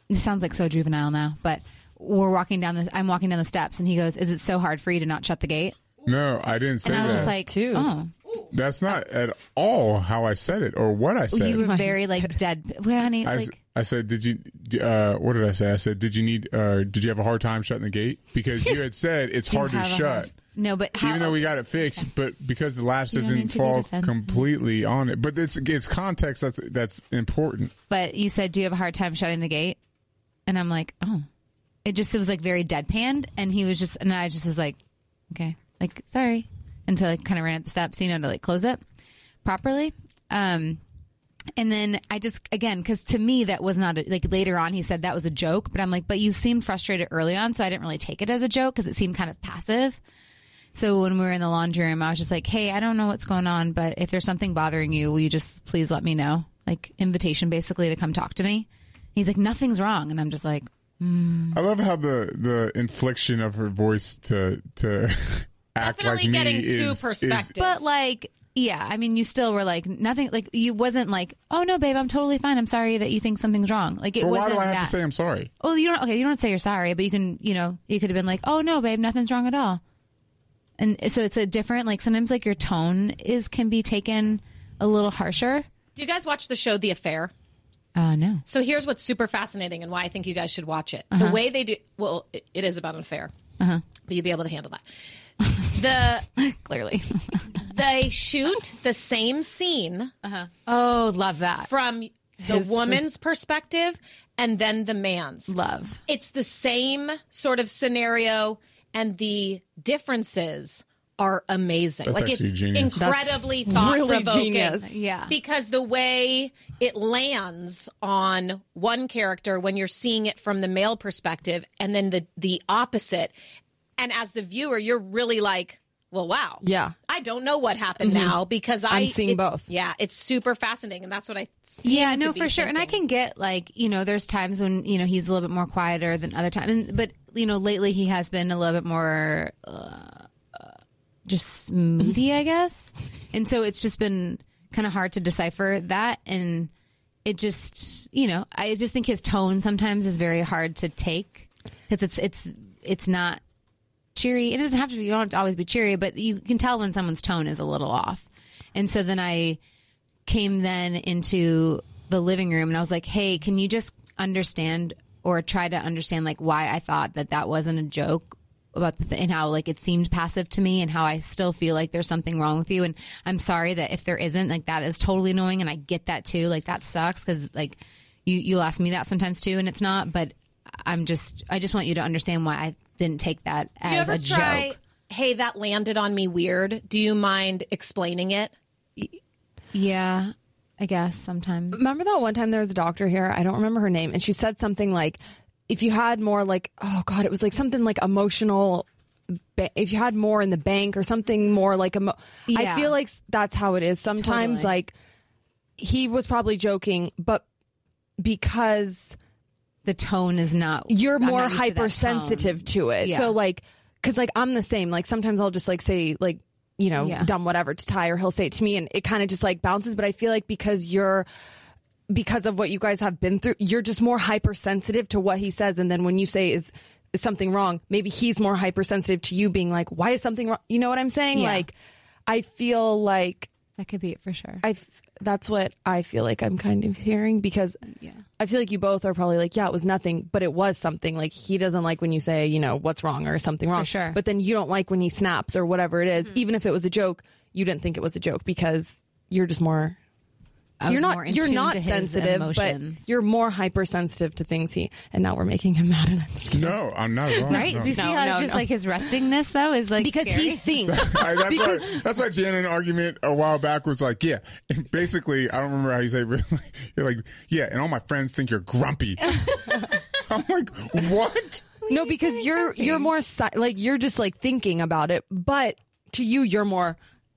[SPEAKER 1] "This sounds like so juvenile now," but we're walking down the I'm walking down the steps, and he goes, "Is it so hard for you to not shut the gate?"
[SPEAKER 5] No, I didn't say
[SPEAKER 1] and I was
[SPEAKER 5] that.
[SPEAKER 1] just like, "Oh,
[SPEAKER 5] That's not at all how I said it or what I said.
[SPEAKER 1] you were very like dead, well, honey."
[SPEAKER 5] I,
[SPEAKER 1] Like,
[SPEAKER 5] s- I said, did you? d- Uh, what did I say? I said, did you need? Uh, did you have a hard time shutting the gate? Because you had said it's
[SPEAKER 1] "Do you
[SPEAKER 5] hard to
[SPEAKER 1] have a
[SPEAKER 5] shut,
[SPEAKER 1] hard-" No, but how,
[SPEAKER 5] even though we got it fixed. But because the last
[SPEAKER 1] You don't
[SPEAKER 5] doesn't
[SPEAKER 1] need to get
[SPEAKER 5] fall
[SPEAKER 1] offensive.
[SPEAKER 5] completely on it, but it's it's context that's that's important.
[SPEAKER 1] but you said, "Do you have a hard time shutting the gate?" And I'm like, "Oh." It just it was like very deadpanned, and he was just, and I just was like, "Okay, like sorry," until I kind of ran up the steps, you know, to like close it properly. Um, and then I just again, because to me that was not a, like later on he said that was a joke, but I'm like, "But you seemed frustrated early on, so I didn't really take it as a joke because it seemed kind of passive." So when we were in the laundry room, I was just like, "Hey, I don't know what's going on, but if there's something bothering you, will you just please let me know?" Like invitation basically to come talk to me. He's like, "Nothing's wrong," and I'm just like, Mm.
[SPEAKER 5] I love how the the inflection of her voice to to act like me
[SPEAKER 1] getting two
[SPEAKER 5] is, is
[SPEAKER 1] "But like, yeah, I mean, you still were like nothing. Like you wasn't like, oh no, babe, I'm totally fine. I'm sorry that you think something's wrong. Like it
[SPEAKER 5] Well, why
[SPEAKER 1] wasn't
[SPEAKER 5] do I have
[SPEAKER 1] that.
[SPEAKER 5] to say I'm sorry?
[SPEAKER 1] Well, you don't. Okay, you don't say you're sorry, but you can. You know, you could have been like, "Oh no, babe, nothing's wrong at all." And so it's a different. Like sometimes, like your tone is can be taken a little harsher.
[SPEAKER 14] Do you guys watch the show The Affair?
[SPEAKER 1] Uh no.
[SPEAKER 14] So here's what's super fascinating and why I think you guys should watch it.
[SPEAKER 1] Uh-huh.
[SPEAKER 14] The way they do. Well, it, it is about an affair,
[SPEAKER 1] Uh huh.
[SPEAKER 14] but you'll be able to handle that. The
[SPEAKER 1] Clearly.
[SPEAKER 14] they shoot the same scene.
[SPEAKER 1] Oh, love that.
[SPEAKER 14] From the
[SPEAKER 1] His
[SPEAKER 14] woman's perspective and then the man's.
[SPEAKER 1] Love.
[SPEAKER 14] It's the same sort of scenario, and the differences are amazing.
[SPEAKER 5] That's
[SPEAKER 14] like it's
[SPEAKER 5] actually genius.
[SPEAKER 14] incredibly
[SPEAKER 5] That's
[SPEAKER 14] thought
[SPEAKER 5] really
[SPEAKER 14] provoking.
[SPEAKER 5] genius.
[SPEAKER 1] Yeah.
[SPEAKER 14] Because the way it lands on one character when you're seeing it from the male perspective and then the the opposite. And as the viewer, you're really like, well, wow.
[SPEAKER 4] Yeah.
[SPEAKER 14] I don't know what happened
[SPEAKER 4] Mhm.
[SPEAKER 14] now because I,
[SPEAKER 4] I'm seeing
[SPEAKER 14] it-
[SPEAKER 4] both.
[SPEAKER 14] Yeah, it's super fascinating, and that's what I. seem
[SPEAKER 1] Yeah,
[SPEAKER 14] to
[SPEAKER 1] no,
[SPEAKER 14] be
[SPEAKER 1] for sure. And I can get like, you know, there's times when, you know, he's a little bit more quieter than other times. And, but, you know, lately he has been a little bit more uh, uh, just moody, I guess. And so it's just been kind of hard to decipher that. And it just, you know, I just think his tone sometimes is very hard to take because it's, it's, it's not cheery. It doesn't have to be, you don't have to always be cheery, but you can tell when someone's tone is a little off. And so then I came then into the living room and I was like, hey, can you just understand or try to understand like why I thought that that wasn't a joke? about the, and how like it seemed passive to me and how I still feel like there's something wrong with you and I'm sorry that if there isn't like that is totally annoying and I get that too like that sucks cuz like you you'll ask me that sometimes too and it's not but I'm just I just want you to understand why I didn't take that
[SPEAKER 14] thinking. Do you
[SPEAKER 1] as
[SPEAKER 14] ever
[SPEAKER 1] a
[SPEAKER 14] try?
[SPEAKER 1] joke.
[SPEAKER 14] Hey, that landed on me weird. Do you mind explaining it?
[SPEAKER 1] Yeah, I guess sometimes.
[SPEAKER 4] Remember that one time there was a doctor here? I don't remember her name. And she said something like, if you had more, like, oh God, it was like something like emotional. ba- If you had more in the bank or something more like, emo-
[SPEAKER 1] Yeah.
[SPEAKER 4] I feel like s- that's how it is. Sometimes,
[SPEAKER 1] Totally.
[SPEAKER 4] like, he was probably joking, but because
[SPEAKER 1] the tone is not,
[SPEAKER 4] you're
[SPEAKER 1] I'm not
[SPEAKER 4] more
[SPEAKER 1] used to that tone.
[SPEAKER 4] hypersensitive to, it.
[SPEAKER 1] Yeah.
[SPEAKER 4] So, like, because, like, I'm the same. Like, sometimes I'll just, like, say, like, you know,
[SPEAKER 1] Yeah.
[SPEAKER 4] dumb whatever to Ty, or he'll say it to me, and it kind of just, like, bounces. But I feel like because you're, because of what you guys have been through, you're just more hypersensitive to what he says. And then when you say is, is something wrong, maybe he's more hypersensitive to you being like, why is something wrong? You know what I'm saying?
[SPEAKER 1] Yeah.
[SPEAKER 4] Like, I feel like
[SPEAKER 1] that could be it for sure.
[SPEAKER 4] I f- that's what I feel like I'm kind of hearing because I feel like you both are probably like, yeah, it was nothing, but it was something. Like he doesn't like when you say, you know, what's wrong or something wrong.
[SPEAKER 1] sure. Mm-hmm.
[SPEAKER 4] But then you don't like when he snaps or whatever it is. Even if it was a joke, you didn't think it was a joke because you're just more
[SPEAKER 1] I
[SPEAKER 4] you're
[SPEAKER 1] was
[SPEAKER 4] not
[SPEAKER 1] more in
[SPEAKER 4] you're
[SPEAKER 1] tune
[SPEAKER 4] not
[SPEAKER 1] to his
[SPEAKER 4] sensitive, but
[SPEAKER 1] emotions.
[SPEAKER 4] you're more hypersensitive to things he and now we're making him mad and I'm scared.
[SPEAKER 5] No, I'm not at all.
[SPEAKER 1] Right?
[SPEAKER 5] No.
[SPEAKER 1] Do you see how it's just like his restingness though is like
[SPEAKER 4] Because he thinks.
[SPEAKER 5] That's, I, that's why. That's why Jan in an argument a while back was like, "Yeah, and basically, I don't remember how you say. it, but like, You're like, yeah, and all my friends think you're grumpy. I'm like, what?
[SPEAKER 4] No, because you're you're more si- like you're just like thinking about it, but to you you're more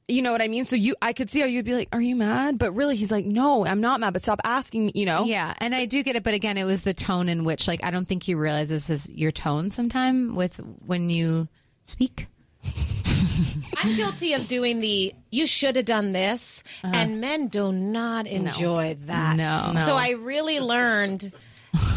[SPEAKER 4] you know what I mean? So you I could see how you'd be like, "Are you mad?" But really he's like, "No, I'm not mad, but stop asking, me," you know?"
[SPEAKER 1] Yeah, and I do get it, but again, it was the tone in which, like, I don't think he realizes his your tone sometime with when you speak.
[SPEAKER 14] I'm guilty of doing the you should have done this,
[SPEAKER 4] Uh-huh.
[SPEAKER 14] and men do not enjoy that.
[SPEAKER 1] No.
[SPEAKER 14] So
[SPEAKER 1] No.
[SPEAKER 14] I really learned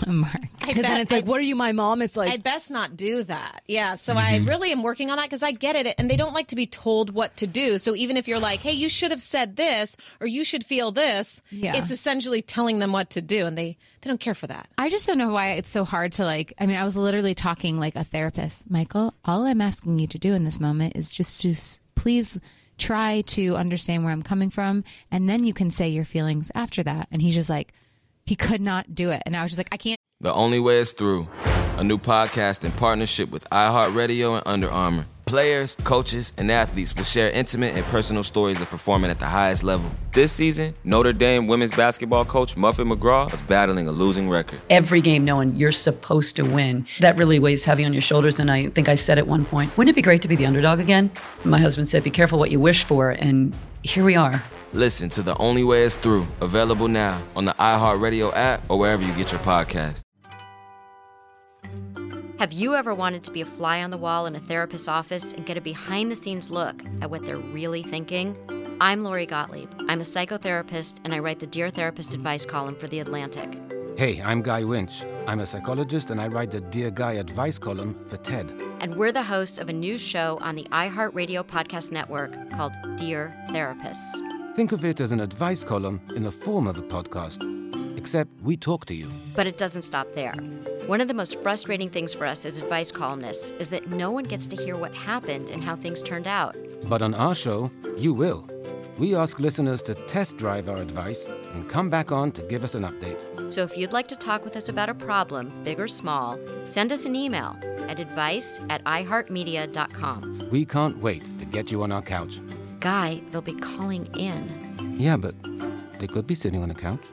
[SPEAKER 14] I
[SPEAKER 4] Cuz then
[SPEAKER 14] bet-
[SPEAKER 4] it's like, "What are you, my mom?" It's like
[SPEAKER 14] I'd best not do that. Yeah. So I
[SPEAKER 4] Mhm.
[SPEAKER 14] really am working on that because I get it. And they don't like to be told what to do. So even if you're like, hey, you should have said this or you should feel this,
[SPEAKER 1] Yeah.
[SPEAKER 14] it's essentially telling them what to do. And they, they don't care for that.
[SPEAKER 1] I just don't know why it's so hard to like. I mean, I was literally talking like a therapist, Michael. All I'm asking you to do in this moment is just to s- please try to understand where I'm coming from, and then you can say your feelings after that. And he's just like, he could not do it, and I was just like, I can't
[SPEAKER 17] The only way is through. A new podcast in partnership with iHeartRadio and Under Armour. Players, coaches, and athletes will share intimate and personal stories of performing at the highest level. This season, Notre Dame women's basketball coach Muffin McGraw is battling a losing record.
[SPEAKER 10] every game knowing you're supposed to win. That really weighs heavy on your shoulders. And I think I said at one point, wouldn't it be great to be the underdog again? My husband said, be careful what you wish for. And here we are.
[SPEAKER 17] Listen to The Only Way is Through, available now on the iHeartRadio app or wherever you get your podcasts.
[SPEAKER 18] Have you ever wanted to be a fly on the wall in a therapist's office and get a behind the scenes look at what they're really thinking? I'm Lori Gottlieb. I'm a psychotherapist and I write the Dear Therapist advice column for The Atlantic.
[SPEAKER 19] Hey, I'm Guy Winch. I'm a psychologist and I write the Dear Guy advice column for TED.
[SPEAKER 18] And we're the hosts of a new show on the iHeartRadio podcast network called Dear Therapists.
[SPEAKER 19] Think of it as an advice column in the form of a podcast, except we talk to you.
[SPEAKER 18] But it doesn't stop there. One of the most frustrating things for us as advice columnists is that no one gets to hear what happened and how things turned out.
[SPEAKER 19] But on our show, you will. We ask listeners to test drive our advice and come back on to give us an update.
[SPEAKER 18] So if you'd like to talk with us about a problem, big or small, send us an email at advice at iheartmedia.com.
[SPEAKER 19] We can't wait to get you on our couch.
[SPEAKER 18] Guy, they'll be calling in.
[SPEAKER 19] Yeah, but they could be sitting on a couch.